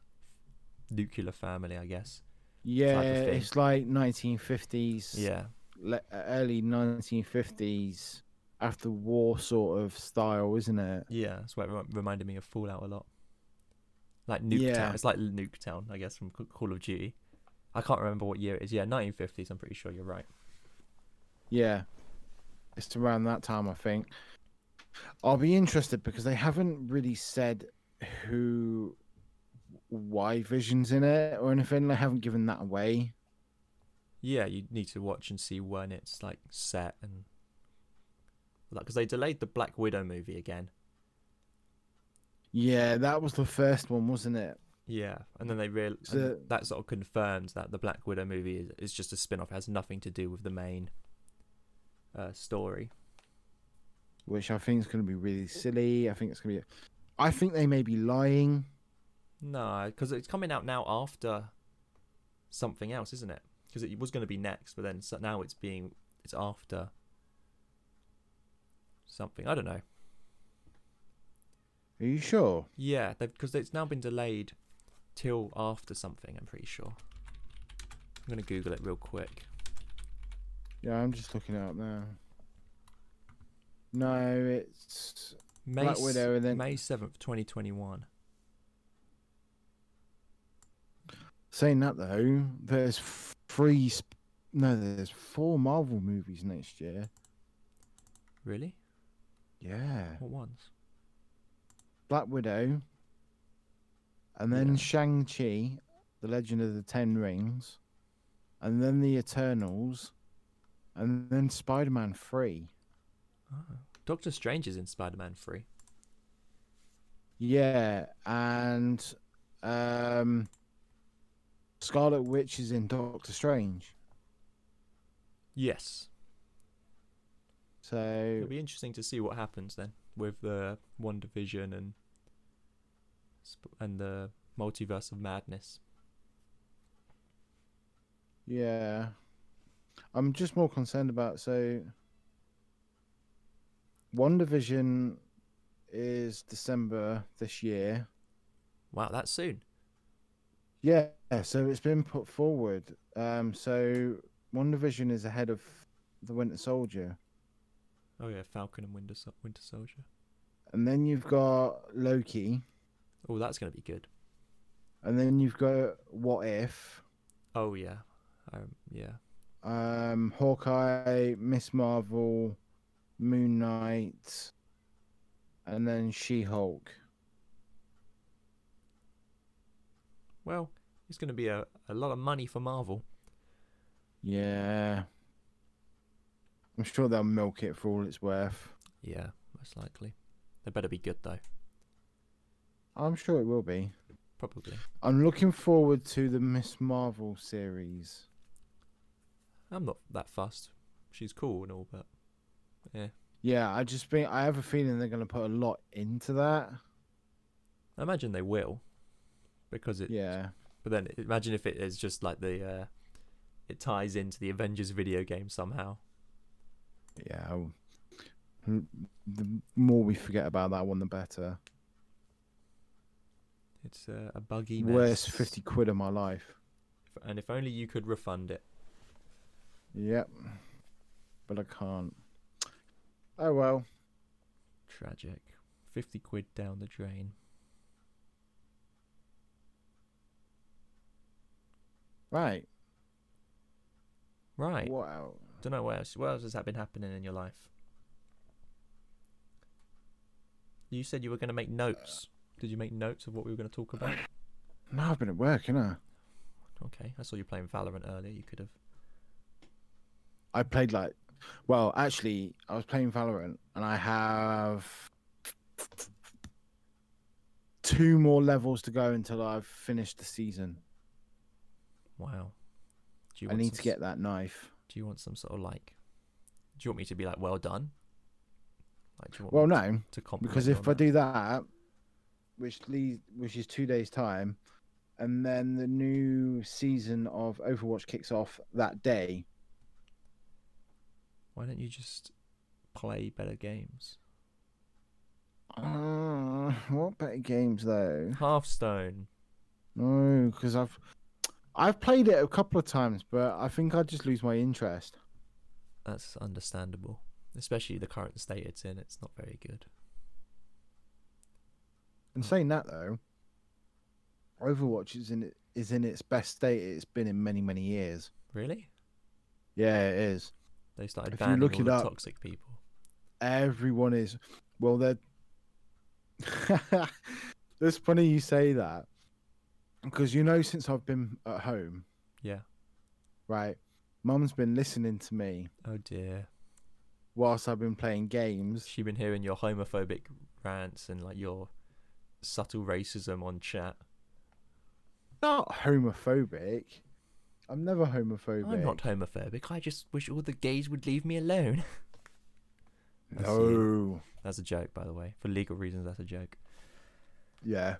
Speaker 2: nuclear family, I guess.
Speaker 1: Yeah,
Speaker 2: thing.
Speaker 1: it's like 1950s,
Speaker 2: Yeah,
Speaker 1: le- early 1950s after war sort of style, isn't it?
Speaker 2: yeah. That's what it rem- reminded me of Fallout a lot. Like Nuketown.
Speaker 1: Yeah.
Speaker 2: It's like Nuketown, I guess, from C- Call of Duty. I can't remember what year it is. Yeah, 1950s. I'm pretty sure you're right.
Speaker 1: Yeah, it's around that time, I think. I'll be interested because they haven't really said who, why Vision's in it or anything. They haven't given that away.
Speaker 2: Yeah, you need to watch and see when it's like set and because they delayed the Black Widow movie again.
Speaker 1: Yeah, that was the first one, wasn't it?
Speaker 2: Yeah, and then they real
Speaker 1: So-
Speaker 2: and that sort of confirms that the Black Widow movie is, is just a spin-off, has nothing to do with the main uh, story.
Speaker 1: Which I think is going to be really silly. I think it's going to be. I think they may be lying.
Speaker 2: No, because it's coming out now after something else, isn't it? Because it was going to be next, but then so now it's being it's after something. I don't know.
Speaker 1: Are you sure?
Speaker 2: Yeah, because it's now been delayed till after something. I'm pretty sure. I'm gonna Google it real quick.
Speaker 1: Yeah, I'm just looking it up now. No, it's
Speaker 2: May
Speaker 1: Black
Speaker 2: s-
Speaker 1: Widow and then-
Speaker 2: May seventh, twenty twenty-one.
Speaker 1: saying that though. There's f- three, sp- no, there's four Marvel movies next year.
Speaker 2: Really?
Speaker 1: Yeah,
Speaker 2: What ones?
Speaker 1: Black Widow, and then
Speaker 2: Yeah.
Speaker 1: Shang Chi, the Legend of the Ten Rings, and then the Eternals, and then Spider Man Three.
Speaker 2: Oh. Doctor Strange is in Spider Man 3.
Speaker 1: Yeah, and um, Scarlet Witch is in Doctor Strange.
Speaker 2: Yes.
Speaker 1: So
Speaker 2: It'll be interesting to see what happens then with the One Division and sp- and the Multiverse of Madness.
Speaker 1: Yeah. I'm just more concerned about so One Division is December this year.
Speaker 2: Wow, that's soon.
Speaker 1: Yeah, so it's been put forward. Um so One Division is ahead of the Winter Soldier.
Speaker 2: Oh yeah, Falcon and Winter, Sol- Winter Soldier.
Speaker 1: And then you've got Loki,
Speaker 2: Oh, that's gonna be good.
Speaker 1: and then you've got What If,
Speaker 2: Oh yeah, um, yeah.
Speaker 1: um Hawkeye, Miss Marvel, Moon Knight, and then She-Hulk.
Speaker 2: Well, it's gonna be a, a lot of money for Marvel.
Speaker 1: Yeah. I'm sure they'll milk it for all it's worth.
Speaker 2: Yeah, most likely. They better be good though.
Speaker 1: I'm sure it will be.
Speaker 2: Probably.
Speaker 1: I'm looking forward to the Miss Marvel series.
Speaker 2: I'm not that fussed. She's cool and all, but
Speaker 1: Yeah, I just think I have a feeling they're going to put a lot into that.
Speaker 2: I imagine they will, because it
Speaker 1: yeah.
Speaker 2: But then imagine if it is just like the uh, it ties into the Avengers video game somehow.
Speaker 1: Yeah. I'll- The more we forget about that one, the better.
Speaker 2: It's uh, a buggy mess.
Speaker 1: Worst 50 quid of my life.
Speaker 2: And if only you could refund it.
Speaker 1: Yep. But I can't. Oh, well.
Speaker 2: Tragic. Fifty quid down the drain.
Speaker 1: Right.
Speaker 2: Right.
Speaker 1: What else?
Speaker 2: Don't know what else. What else has that been happening in your life?
Speaker 1: (laughs)
Speaker 2: You said you were going to make notes. Did you make notes of what we were going to talk about?
Speaker 1: No, I've been at work, you know.
Speaker 2: Okay, I saw you playing Valorant earlier. You could have.
Speaker 1: I played like, well, actually, I was playing Valorant, and I have two more levels to go until I've finished the season.
Speaker 2: Wow. Do you
Speaker 1: I need
Speaker 2: some
Speaker 1: to
Speaker 2: s-
Speaker 1: get that knife.
Speaker 2: Do you want some sort of like? Do you want me to be like well done? Like, do you want
Speaker 1: Well,
Speaker 2: me
Speaker 1: no,
Speaker 2: to compliment
Speaker 1: because
Speaker 2: you
Speaker 1: if
Speaker 2: on
Speaker 1: I
Speaker 2: that?
Speaker 1: do that, which leads, which is two days time, and then the new season of Overwatch kicks off that day.
Speaker 2: why don't you just play better games?
Speaker 1: Uh, what better games though?
Speaker 2: Hearthstone.
Speaker 1: No, because I've I've played it a couple of times, but I think I just lose my interest.
Speaker 2: That's understandable, especially the current state it's in. It's not very good.
Speaker 1: And saying that though, Overwatch is in it is in its best state it's been in many many years.
Speaker 2: Really?
Speaker 1: Yeah, it is.
Speaker 2: They started
Speaker 1: If you
Speaker 2: banning
Speaker 1: look
Speaker 2: all
Speaker 1: it
Speaker 2: the
Speaker 1: up-
Speaker 2: toxic people.
Speaker 1: Everyone is. Well, they're. (laughs) it's funny you say that because you know since I've been at home,
Speaker 2: Yeah.
Speaker 1: right? Mum's been listening to me
Speaker 2: Oh dear.
Speaker 1: whilst I've been playing games.
Speaker 2: She's been hearing your homophobic rants and like your subtle racism on chat.
Speaker 1: Not homophobic. I'm never homophobic.
Speaker 2: I'm not homophobic. I just wish all the gays would leave me alone. (laughs) That's you.
Speaker 1: No.
Speaker 2: That's a joke, by the way. For legal reasons, that's a joke.
Speaker 1: Yeah.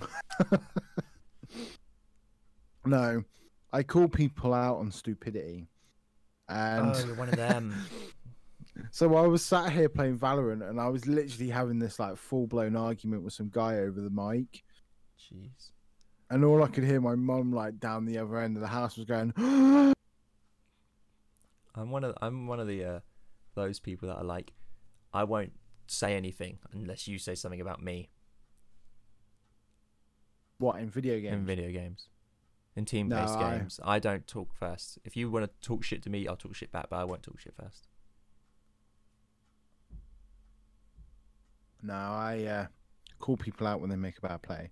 Speaker 1: (laughs) no, I call people out on stupidity, and.
Speaker 2: oh, you're one of them.
Speaker 1: So I was sat here playing Valorant and I was literally having this like full blown argument with some guy over the mic.
Speaker 2: (laughs) Jeez.
Speaker 1: And all I could hear my mum like down the other end of the house was going, (gasps)
Speaker 2: I'm one of I'm one of the uh, those people that are like, I won't say anything unless you say something about me
Speaker 1: What in video
Speaker 2: in
Speaker 1: games?
Speaker 2: video games, in team-based
Speaker 1: No, I-
Speaker 2: games. I don't talk first. If you want to talk shit to me, I'll talk shit back, but I won't talk shit first.
Speaker 1: no, I uh, call people out when they make a bad play.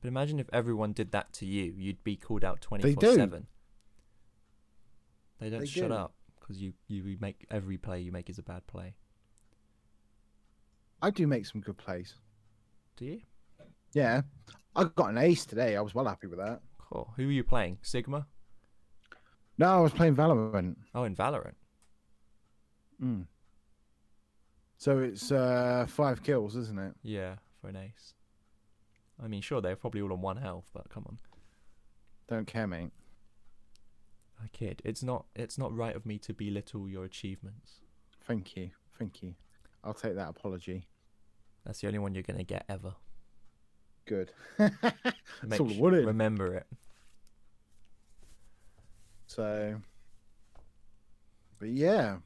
Speaker 2: But imagine if everyone did that to you, you'd be called out
Speaker 1: do.
Speaker 2: twenty four seven. They don't
Speaker 1: They
Speaker 2: shut
Speaker 1: do.
Speaker 2: up because you you make every play you make is a bad play.
Speaker 1: I do make some good plays.
Speaker 2: Do you?
Speaker 1: Yeah. I got an ace today. I was well happy with that.
Speaker 2: Cool. Who are you playing? Sigma?
Speaker 1: No, I was playing Valorant.
Speaker 2: Oh, in Valorant.
Speaker 1: Mm. So it's uh, five kills, isn't it?
Speaker 2: Yeah, for an ace. I mean, sure, they're probably all on one health, but come on.
Speaker 1: Don't care, mate.
Speaker 2: I kid. It's not. It's not right of me to belittle your achievements.
Speaker 1: Thank you. Thank you. I'll take that apology.
Speaker 2: That's the only one you're gonna get ever.
Speaker 1: Good. (laughs) all I
Speaker 2: su-
Speaker 1: wanted.
Speaker 2: remember it.
Speaker 1: So, but yeah,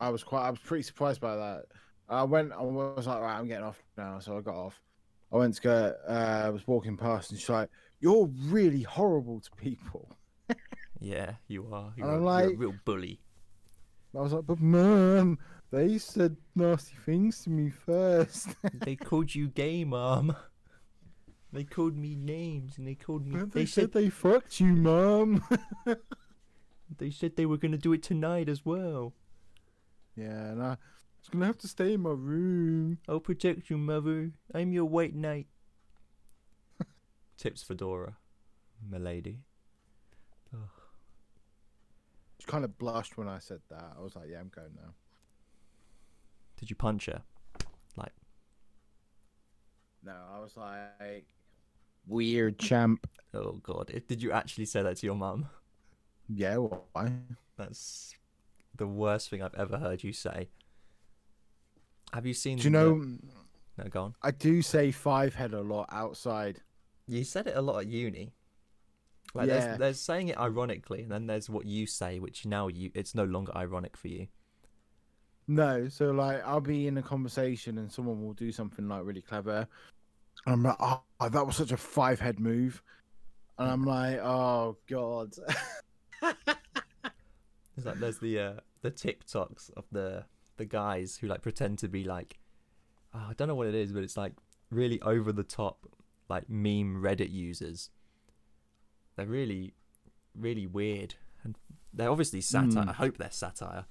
Speaker 1: I was quite, I was pretty surprised by that. I went, I was like, right, I'm getting off now. So I got off. I went to go, uh, I was walking past and she's like, you're really horrible to people.
Speaker 2: Yeah, you are. You're,
Speaker 1: I'm
Speaker 2: a, you're a
Speaker 1: like-
Speaker 2: real bully.
Speaker 1: I was like, but mum, they said nasty things to me first.
Speaker 2: they called you gay, mom. They called me names, and they called me.
Speaker 1: they,
Speaker 2: They
Speaker 1: said
Speaker 2: said
Speaker 1: they fucked you, (laughs) mum.
Speaker 2: they said they were gonna do it tonight as well.
Speaker 1: yeah, and I was going to have to stay in my room.
Speaker 2: I'll protect you, mother. I'm your white knight.
Speaker 1: (laughs)
Speaker 2: Tips fedora, milady.
Speaker 1: She kind of blushed when I said that. I was like, yeah, I'm going now.
Speaker 2: Did you punch her? Like,
Speaker 1: No, I was like, weird champ.
Speaker 2: oh god! If, did you actually say that to your mum?
Speaker 1: Yeah, why?
Speaker 2: That's the worst thing I've ever heard you say. Have you seen?
Speaker 1: Do you
Speaker 2: the-
Speaker 1: know?
Speaker 2: No, go on.
Speaker 1: I do say five head a lot outside.
Speaker 2: You said it a lot at uni. Like
Speaker 1: Yeah.
Speaker 2: there's, there's saying it ironically, and then there's what you say, which now you it's no longer ironic for you.
Speaker 1: No, so like I'll be in a conversation and someone will do something like really clever, and I'm like, oh, that was such a five head move, and I'm like, oh god, (laughs)
Speaker 2: It's like there's the uh, the TikToks of the the guys who like pretend to be like, oh, I don't know what it is, but it's like really over the top, like meme Reddit users. They're really, really weird, and they're obviously satire.
Speaker 1: Mm.
Speaker 2: I hope they're satire.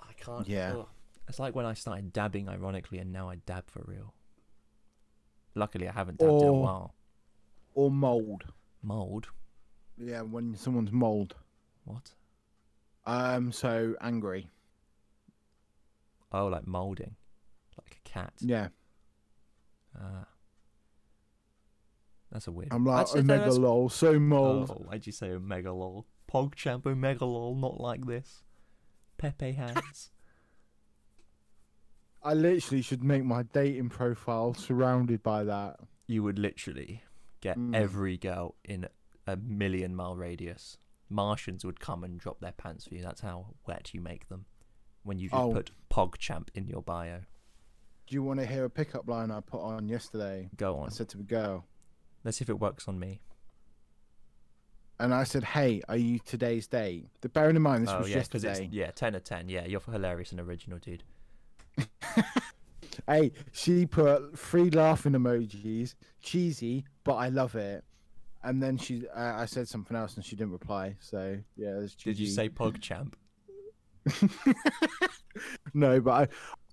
Speaker 2: I can't.
Speaker 1: Yeah.
Speaker 2: ugh. It's like when I started dabbing ironically, and now I dab for real. Luckily, I haven't dabbed in a
Speaker 1: Or-
Speaker 2: while.
Speaker 1: or mold.
Speaker 2: Mold.
Speaker 1: Yeah, when someone's mold.
Speaker 2: What?
Speaker 1: Um, so angry.
Speaker 2: Oh, like molding, like a cat.
Speaker 1: Yeah,
Speaker 2: Ah. That's a weird.
Speaker 1: I'm like
Speaker 2: Actually, no,
Speaker 1: omega
Speaker 2: that's-
Speaker 1: lol, so mold.
Speaker 2: Oh, why'd you say Omega lol? PogChamp Omega lol, not like this. Pepe
Speaker 1: (laughs)
Speaker 2: hands. Oh.
Speaker 1: I literally should make my dating profile surrounded by that.
Speaker 2: you would literally get
Speaker 1: Mm.
Speaker 2: every girl in a million mile radius. Martians would come and drop their pants for you. That's how wet you make them. When you just
Speaker 1: Oh.
Speaker 2: put PogChamp in your bio.
Speaker 1: Do you want to hear a pickup line I put on yesterday?
Speaker 2: Go
Speaker 1: I
Speaker 2: on.
Speaker 1: said to the girl,
Speaker 2: Let's see if it works on me.
Speaker 1: and I said, "Hey, are you today's date?" The bearing in mind this
Speaker 2: oh,
Speaker 1: was
Speaker 2: yeah, 'cause it's,
Speaker 1: yesterday.
Speaker 2: yeah, 10 of 10. Yeah, you're hilarious and original, dude.
Speaker 1: Hey, she put three laughing emojis, cheesy, but I love it. And then she, uh, I said something else, and she didn't reply. So yeah, it was
Speaker 2: Did you
Speaker 1: cheesy.
Speaker 2: say PogChamp?
Speaker 1: No, but I.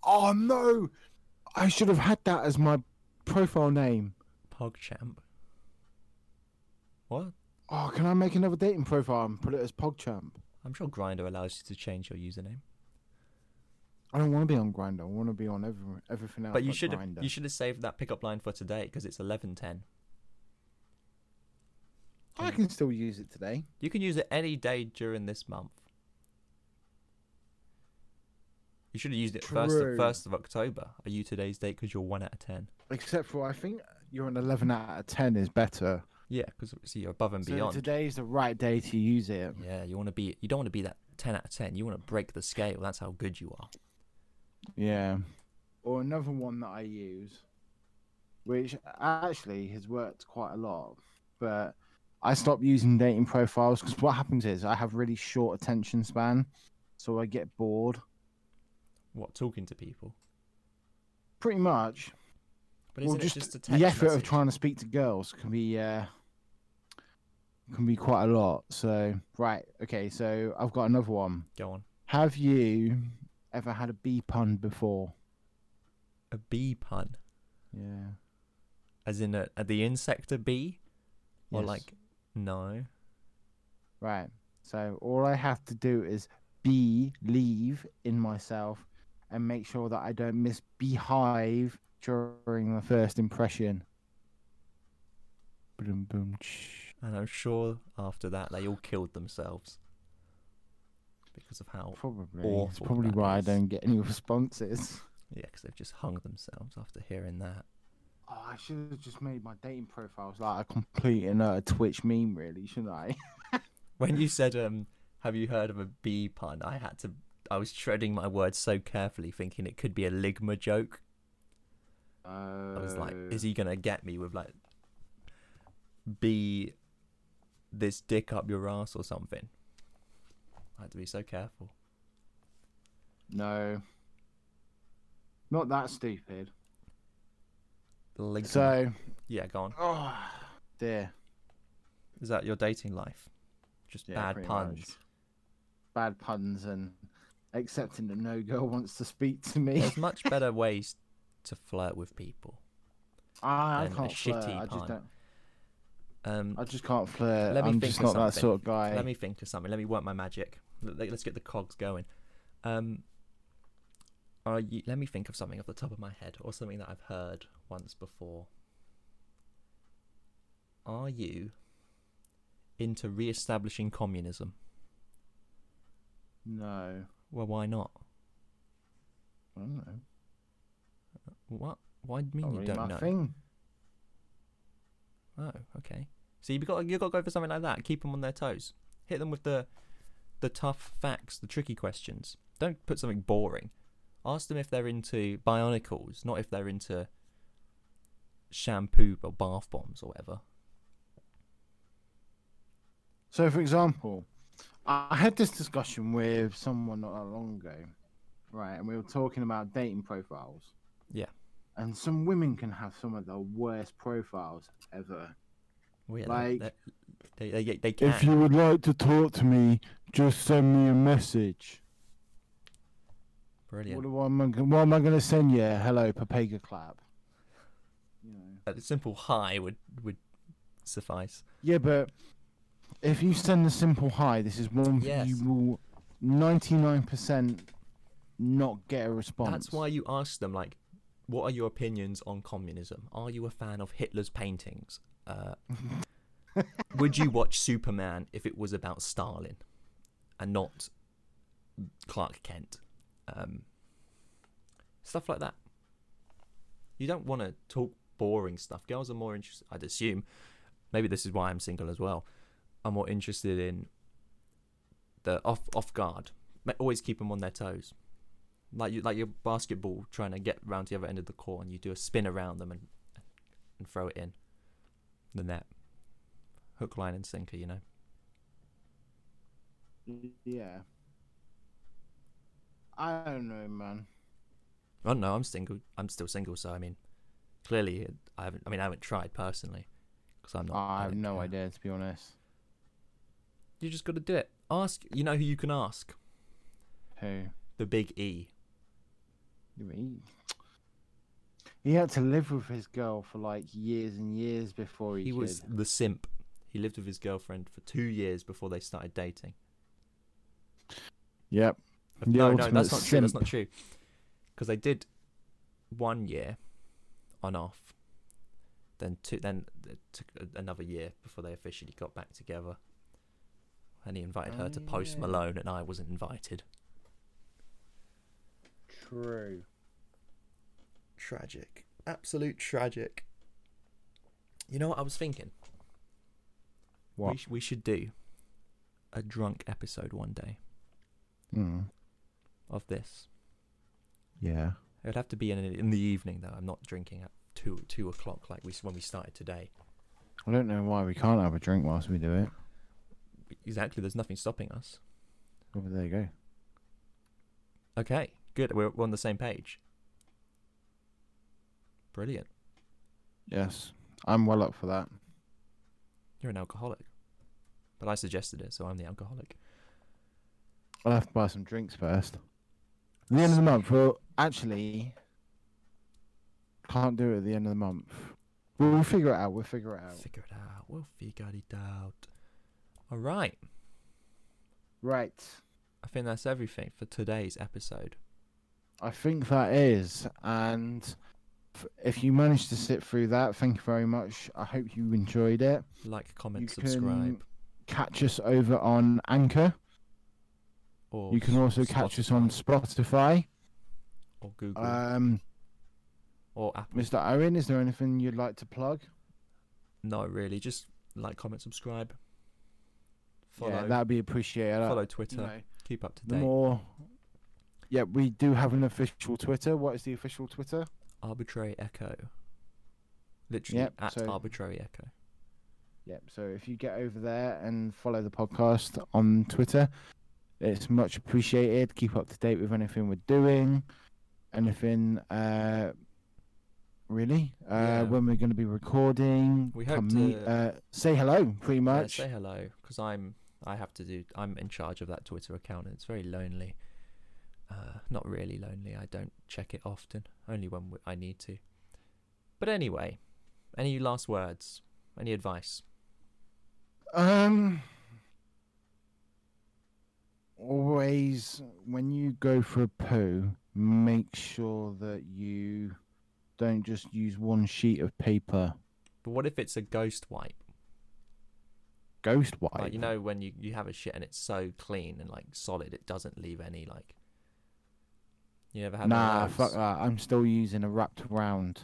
Speaker 1: Oh no! I should have had that as my profile name.
Speaker 2: PogChamp? What?
Speaker 1: Oh, can I make another dating profile and put it as PogChamp?
Speaker 2: I'm sure Grinder allows you to change your username.
Speaker 1: I don't want to be on Grinder. I want to be on every, everything else.
Speaker 2: But you
Speaker 1: but
Speaker 2: should have
Speaker 1: Grindr.
Speaker 2: you should have saved that pickup line for today because it's eleven ten.
Speaker 1: I can still use it today.
Speaker 2: You can use it any day during this month. You should have used it first of,
Speaker 1: True.
Speaker 2: first of October. Are you today's date because you're one out of ten?
Speaker 1: Except for I think you're an 11 out of 10 is better.
Speaker 2: Yeah, because see, you're above and
Speaker 1: So
Speaker 2: beyond.
Speaker 1: today's the right day to use it.
Speaker 2: Yeah, you want to be. You don't want to be that ten out of ten. You want to break the scale. That's how good you are.
Speaker 1: Yeah. Or another one that I use, which actually has worked quite a lot, but I stopped using dating profiles because what happens is I have really short attention span, so I get bored
Speaker 2: What talking to people?
Speaker 1: pretty much.
Speaker 2: But
Speaker 1: well,
Speaker 2: isn't
Speaker 1: just,
Speaker 2: it just a text
Speaker 1: the effort of
Speaker 2: message?
Speaker 1: trying to speak to girls can be uh, can be quite a lot. So right, okay, so I've got another one.
Speaker 2: Go on.
Speaker 1: Have you ever had a bee pun before?
Speaker 2: A bee pun,
Speaker 1: Yeah.
Speaker 2: as in a, a the insect a bee, or
Speaker 1: Yes.
Speaker 2: like no.
Speaker 1: Right. So all I have to do is believe in myself and make sure that I don't misbehave during the first impression. Boom, boom, tsh.
Speaker 2: And I'm sure after that they all killed themselves because of how
Speaker 1: Probably. It's
Speaker 2: Awful
Speaker 1: probably
Speaker 2: that
Speaker 1: why I
Speaker 2: is.
Speaker 1: don't get any (laughs) responses.
Speaker 2: Yeah, 'cause they've just hung themselves after hearing that.
Speaker 1: Oh, I should have just made my dating profiles like a complete and utter Twitch meme, really, shouldn't I? (laughs)
Speaker 2: When you said, um, have you heard of a bee pun? I had to, I was treading my words so carefully, thinking it could be a ligma joke. I was like,
Speaker 1: Uh.
Speaker 2: is he going to get me with like, be this dick up your ass or something? I had to be so careful.
Speaker 1: No. Not that stupid.
Speaker 2: Ligma.
Speaker 1: So,
Speaker 2: yeah, go on.
Speaker 1: oh, dear.
Speaker 2: Is that your dating life? Just
Speaker 1: Yeah,
Speaker 2: bad
Speaker 1: pretty
Speaker 2: puns.
Speaker 1: much. bad puns and accepting that no girl wants to speak to
Speaker 2: (laughs)
Speaker 1: me.
Speaker 2: There's much better ways to flirt with people.
Speaker 1: I, I
Speaker 2: And a
Speaker 1: can't flirt.
Speaker 2: shitty
Speaker 1: I just
Speaker 2: pun.
Speaker 1: don't.
Speaker 2: Um,
Speaker 1: I just can't flirt.
Speaker 2: Let me
Speaker 1: I'm
Speaker 2: think
Speaker 1: just
Speaker 2: of
Speaker 1: not that
Speaker 2: something.
Speaker 1: sort of guy.
Speaker 2: Let me think of something. Let me work my magic. Let- let- Let's get the cogs going. Um, are you, let me think of something off the top of my head or something that I've heard once before. Are you into re establishing communism?
Speaker 1: No.
Speaker 2: Well, why not?
Speaker 1: I don't know.
Speaker 2: What? Why do you mean
Speaker 1: Not
Speaker 2: you
Speaker 1: really my
Speaker 2: don't know?
Speaker 1: thing.
Speaker 2: Oh, okay. So you've got, you've got to go for something like that. Keep them on their toes. Hit them with the, the tough facts, the tricky questions. Don't put something boring. Ask them if they're into bionicles, not if they're into shampoo or bath bombs or whatever.
Speaker 1: So, for example, I I had this discussion with someone not that long ago, right? And we were talking about dating profiles.
Speaker 2: Yeah.
Speaker 1: and some women can have some of the worst profiles ever.
Speaker 2: Well, yeah,
Speaker 1: Like-
Speaker 2: they, they, they, they, they can.
Speaker 1: would like to talk to me, just send me a message.
Speaker 2: Brilliant.
Speaker 1: What, what am I, g- what am I going to send you? Hello, Papega clap. You know.
Speaker 2: A simple hi would would suffice.
Speaker 1: Yeah, but if you send a simple hi, this is one thing
Speaker 2: Yes.
Speaker 1: you will ninety nine percent not get a response.
Speaker 2: That's why you ask them like, "What are your opinions on communism? Are you a fan of Hitler's paintings? Uh, would you watch Superman if it was about Stalin, and not Clark Kent? Um, stuff like that. You don't want to talk boring stuff. Girls are more interested. I'd assume. Maybe this is why I'm single as well. I'm more interested in the off off guard. Ma- Always keep them on their toes like you like your basketball trying to get round to the other end of the court and you do a spin around them and and throw it in the net hook line and sinker you know
Speaker 1: Yeah. I don't know, man.
Speaker 2: i don't know i'm single i'm still single so i mean clearly uh, i haven't i mean i haven't tried personally because i'm not
Speaker 1: I have
Speaker 2: don't
Speaker 1: no
Speaker 2: care.
Speaker 1: idea, to be honest.
Speaker 2: you just got to do it ask you know who you can ask
Speaker 1: Who?
Speaker 2: the big e
Speaker 1: He, he had to live with his girl for like years and years before he,
Speaker 2: he was
Speaker 1: could-
Speaker 2: the simp he lived with his girlfriend for two years before they started dating
Speaker 1: Yep. The
Speaker 2: no, no,
Speaker 1: ultimate
Speaker 2: that's not true. That's not
Speaker 1: simp.
Speaker 2: true. Because they did one year on off, then two, then it took a- another year before they officially got back together. And he invited her to
Speaker 1: Oh,
Speaker 2: Post
Speaker 1: yeah.
Speaker 2: Malone, and I wasn't invited.
Speaker 1: True.
Speaker 2: Tragic, absolute tragic. You know what I was thinking?
Speaker 1: What?
Speaker 2: We, sh- we should do a drunk episode one day
Speaker 1: Mm.
Speaker 2: of this.
Speaker 1: Yeah.
Speaker 2: It would have to be in in the evening though. I'm not drinking at two two o'clock like we s- when we started today.
Speaker 1: I don't know why we can't have a drink whilst we do it.
Speaker 2: Exactly. There's nothing stopping us.
Speaker 1: Oh, there you go.
Speaker 2: Okay, good. We're we're on the same page. Brilliant.
Speaker 1: Yes. I'm well up for that.
Speaker 2: You're an alcoholic. But I suggested it, so I'm the alcoholic.
Speaker 1: I'll have to buy some drinks first. At the end of the month, well, actually, can't do it at the end of the month. We'll, we'll figure it out. We'll figure it out.
Speaker 2: Figure it out. We'll figure it out. All right.
Speaker 1: Right.
Speaker 2: I think that's everything for today's episode.
Speaker 1: I think that is. And f- if you managed to sit through that, thank you very much. I hope you enjoyed it.
Speaker 2: Like, comment,
Speaker 1: You
Speaker 2: subscribe.
Speaker 1: can catch us over on Anchor.
Speaker 2: Or
Speaker 1: You can also catch us on
Speaker 2: Spotify,
Speaker 1: Spotify.
Speaker 2: or Google
Speaker 1: Um,
Speaker 2: or Apple.
Speaker 1: Mr. Owen, is there anything you'd like to plug?
Speaker 2: No, really. Just like, comment, subscribe. Follow.
Speaker 1: Yeah, uh, that'd be appreciated. I-
Speaker 2: follow
Speaker 1: you
Speaker 2: Twitter.
Speaker 1: know,
Speaker 2: Keep up to
Speaker 1: the
Speaker 2: date.
Speaker 1: more yeah we do have an official twitter what is the official twitter
Speaker 2: Arbitrary Echo. Literally
Speaker 1: Yep,
Speaker 2: at
Speaker 1: so-
Speaker 2: Arbitrary Echo.
Speaker 1: yep so if you get over there and follow the podcast on twitter it's much appreciated keep up to date with anything we're doing anything uh really uh
Speaker 2: Yeah.
Speaker 1: when we're going to be recording
Speaker 2: We hope
Speaker 1: come meet,
Speaker 2: to-
Speaker 1: uh say hello pretty
Speaker 2: Yeah,
Speaker 1: much
Speaker 2: say hello, because I'm I have to do. I'm in charge of that Twitter account. and It's very lonely. Uh, not really lonely. I don't check it often. Only when w- I need to. But anyway, any last words? Any advice?
Speaker 1: Um, always when you go for a poo, make sure that you don't just use one sheet of paper.
Speaker 2: But what if it's a ghost wipe?
Speaker 1: Ghost wipe.
Speaker 2: Like you know when you you have a shit and it's so clean and like solid, it doesn't leave any like. You ever had one of
Speaker 1: nah,
Speaker 2: those?
Speaker 1: fuck that. I'm still using a wrapped round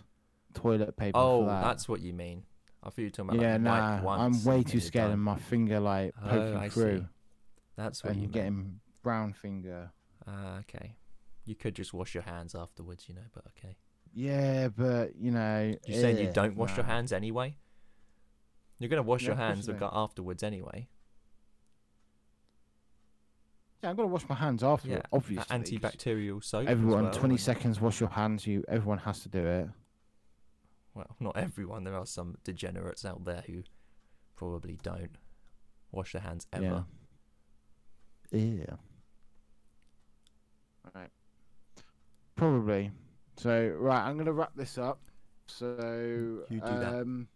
Speaker 1: toilet paper.
Speaker 2: Oh,
Speaker 1: for that.
Speaker 2: that's what you mean. I thought you were talking about
Speaker 1: yeah,
Speaker 2: like,
Speaker 1: nah.
Speaker 2: wipe once.
Speaker 1: I'm
Speaker 2: and
Speaker 1: way
Speaker 2: then
Speaker 1: too
Speaker 2: you're
Speaker 1: scared of
Speaker 2: done.
Speaker 1: my finger like
Speaker 2: Oh,
Speaker 1: poking
Speaker 2: I see.
Speaker 1: through
Speaker 2: That's what
Speaker 1: and
Speaker 2: you meant.
Speaker 1: getting brown finger.
Speaker 2: Ah, okay. You could just wash your hands afterwards, you know, but okay.
Speaker 1: Yeah, but you know,
Speaker 2: You're saying you
Speaker 1: eh,
Speaker 2: don't wash your
Speaker 1: nah.
Speaker 2: hands anyway? You're going to wash
Speaker 1: Yeah,
Speaker 2: your
Speaker 1: of course
Speaker 2: hands
Speaker 1: you
Speaker 2: ag- afterwards anyway.
Speaker 1: Yeah, I'm gonna wash my hands after.
Speaker 2: Yeah,
Speaker 1: it, obviously. 'cause
Speaker 2: antibacterial soap. as
Speaker 1: Everyone,
Speaker 2: well,
Speaker 1: 20
Speaker 2: and-
Speaker 1: seconds. Wash your hands. You. Everyone has to do it.
Speaker 2: Well, not everyone. There are some degenerates out there who probably don't wash their hands ever.
Speaker 1: Yeah. Yeah. Alright. Probably. So right, I'm gonna wrap this up. So
Speaker 2: You do that.
Speaker 1: um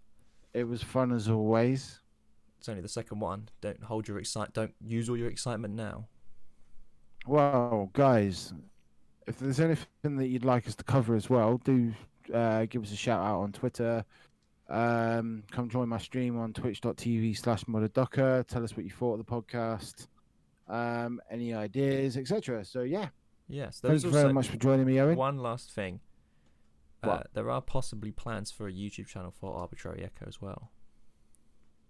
Speaker 1: it was fun as always.
Speaker 2: It's only the second one. Don't hold your excite. Don't use all your excitement now.
Speaker 1: Well, guys, if there's anything that you'd like us to cover as well, do uh, give us a shout out on Twitter. Um, come join my stream on twitch.tv slash modadoka. Tell us what you thought of the podcast, um, any ideas, etc. So, yeah,
Speaker 2: Yes,
Speaker 1: thanks
Speaker 2: there's
Speaker 1: very
Speaker 2: also
Speaker 1: much for joining me, Owen.
Speaker 2: one last thing. Uh,
Speaker 1: What?
Speaker 2: there are possibly plans for a YouTube channel for Arbitrary Echo as well.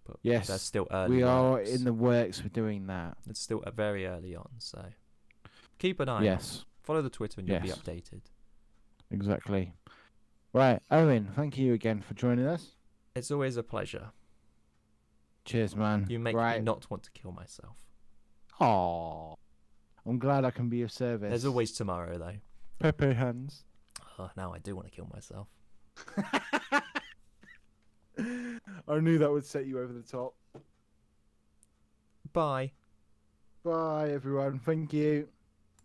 Speaker 2: But
Speaker 1: Yes,
Speaker 2: that's still early.
Speaker 1: We are
Speaker 2: works.
Speaker 1: in the works for doing that.
Speaker 2: It's still uh, very early on, so keep an eye.
Speaker 1: Yes,
Speaker 2: Follow the Twitter and you'll
Speaker 1: Yes.
Speaker 2: be updated.
Speaker 1: exactly. Right, Owen, thank you again for joining us.
Speaker 2: It's always a pleasure.
Speaker 1: Cheers, man.
Speaker 2: You make
Speaker 1: right.
Speaker 2: me not want to kill myself.
Speaker 1: Aw. I'm glad I can be of service.
Speaker 2: There's always tomorrow, though.
Speaker 1: Pepe hands.
Speaker 2: Oh, now I do want to kill myself.
Speaker 1: (laughs) I knew that would set you over the top.
Speaker 2: Bye.
Speaker 1: Bye, everyone. Thank you.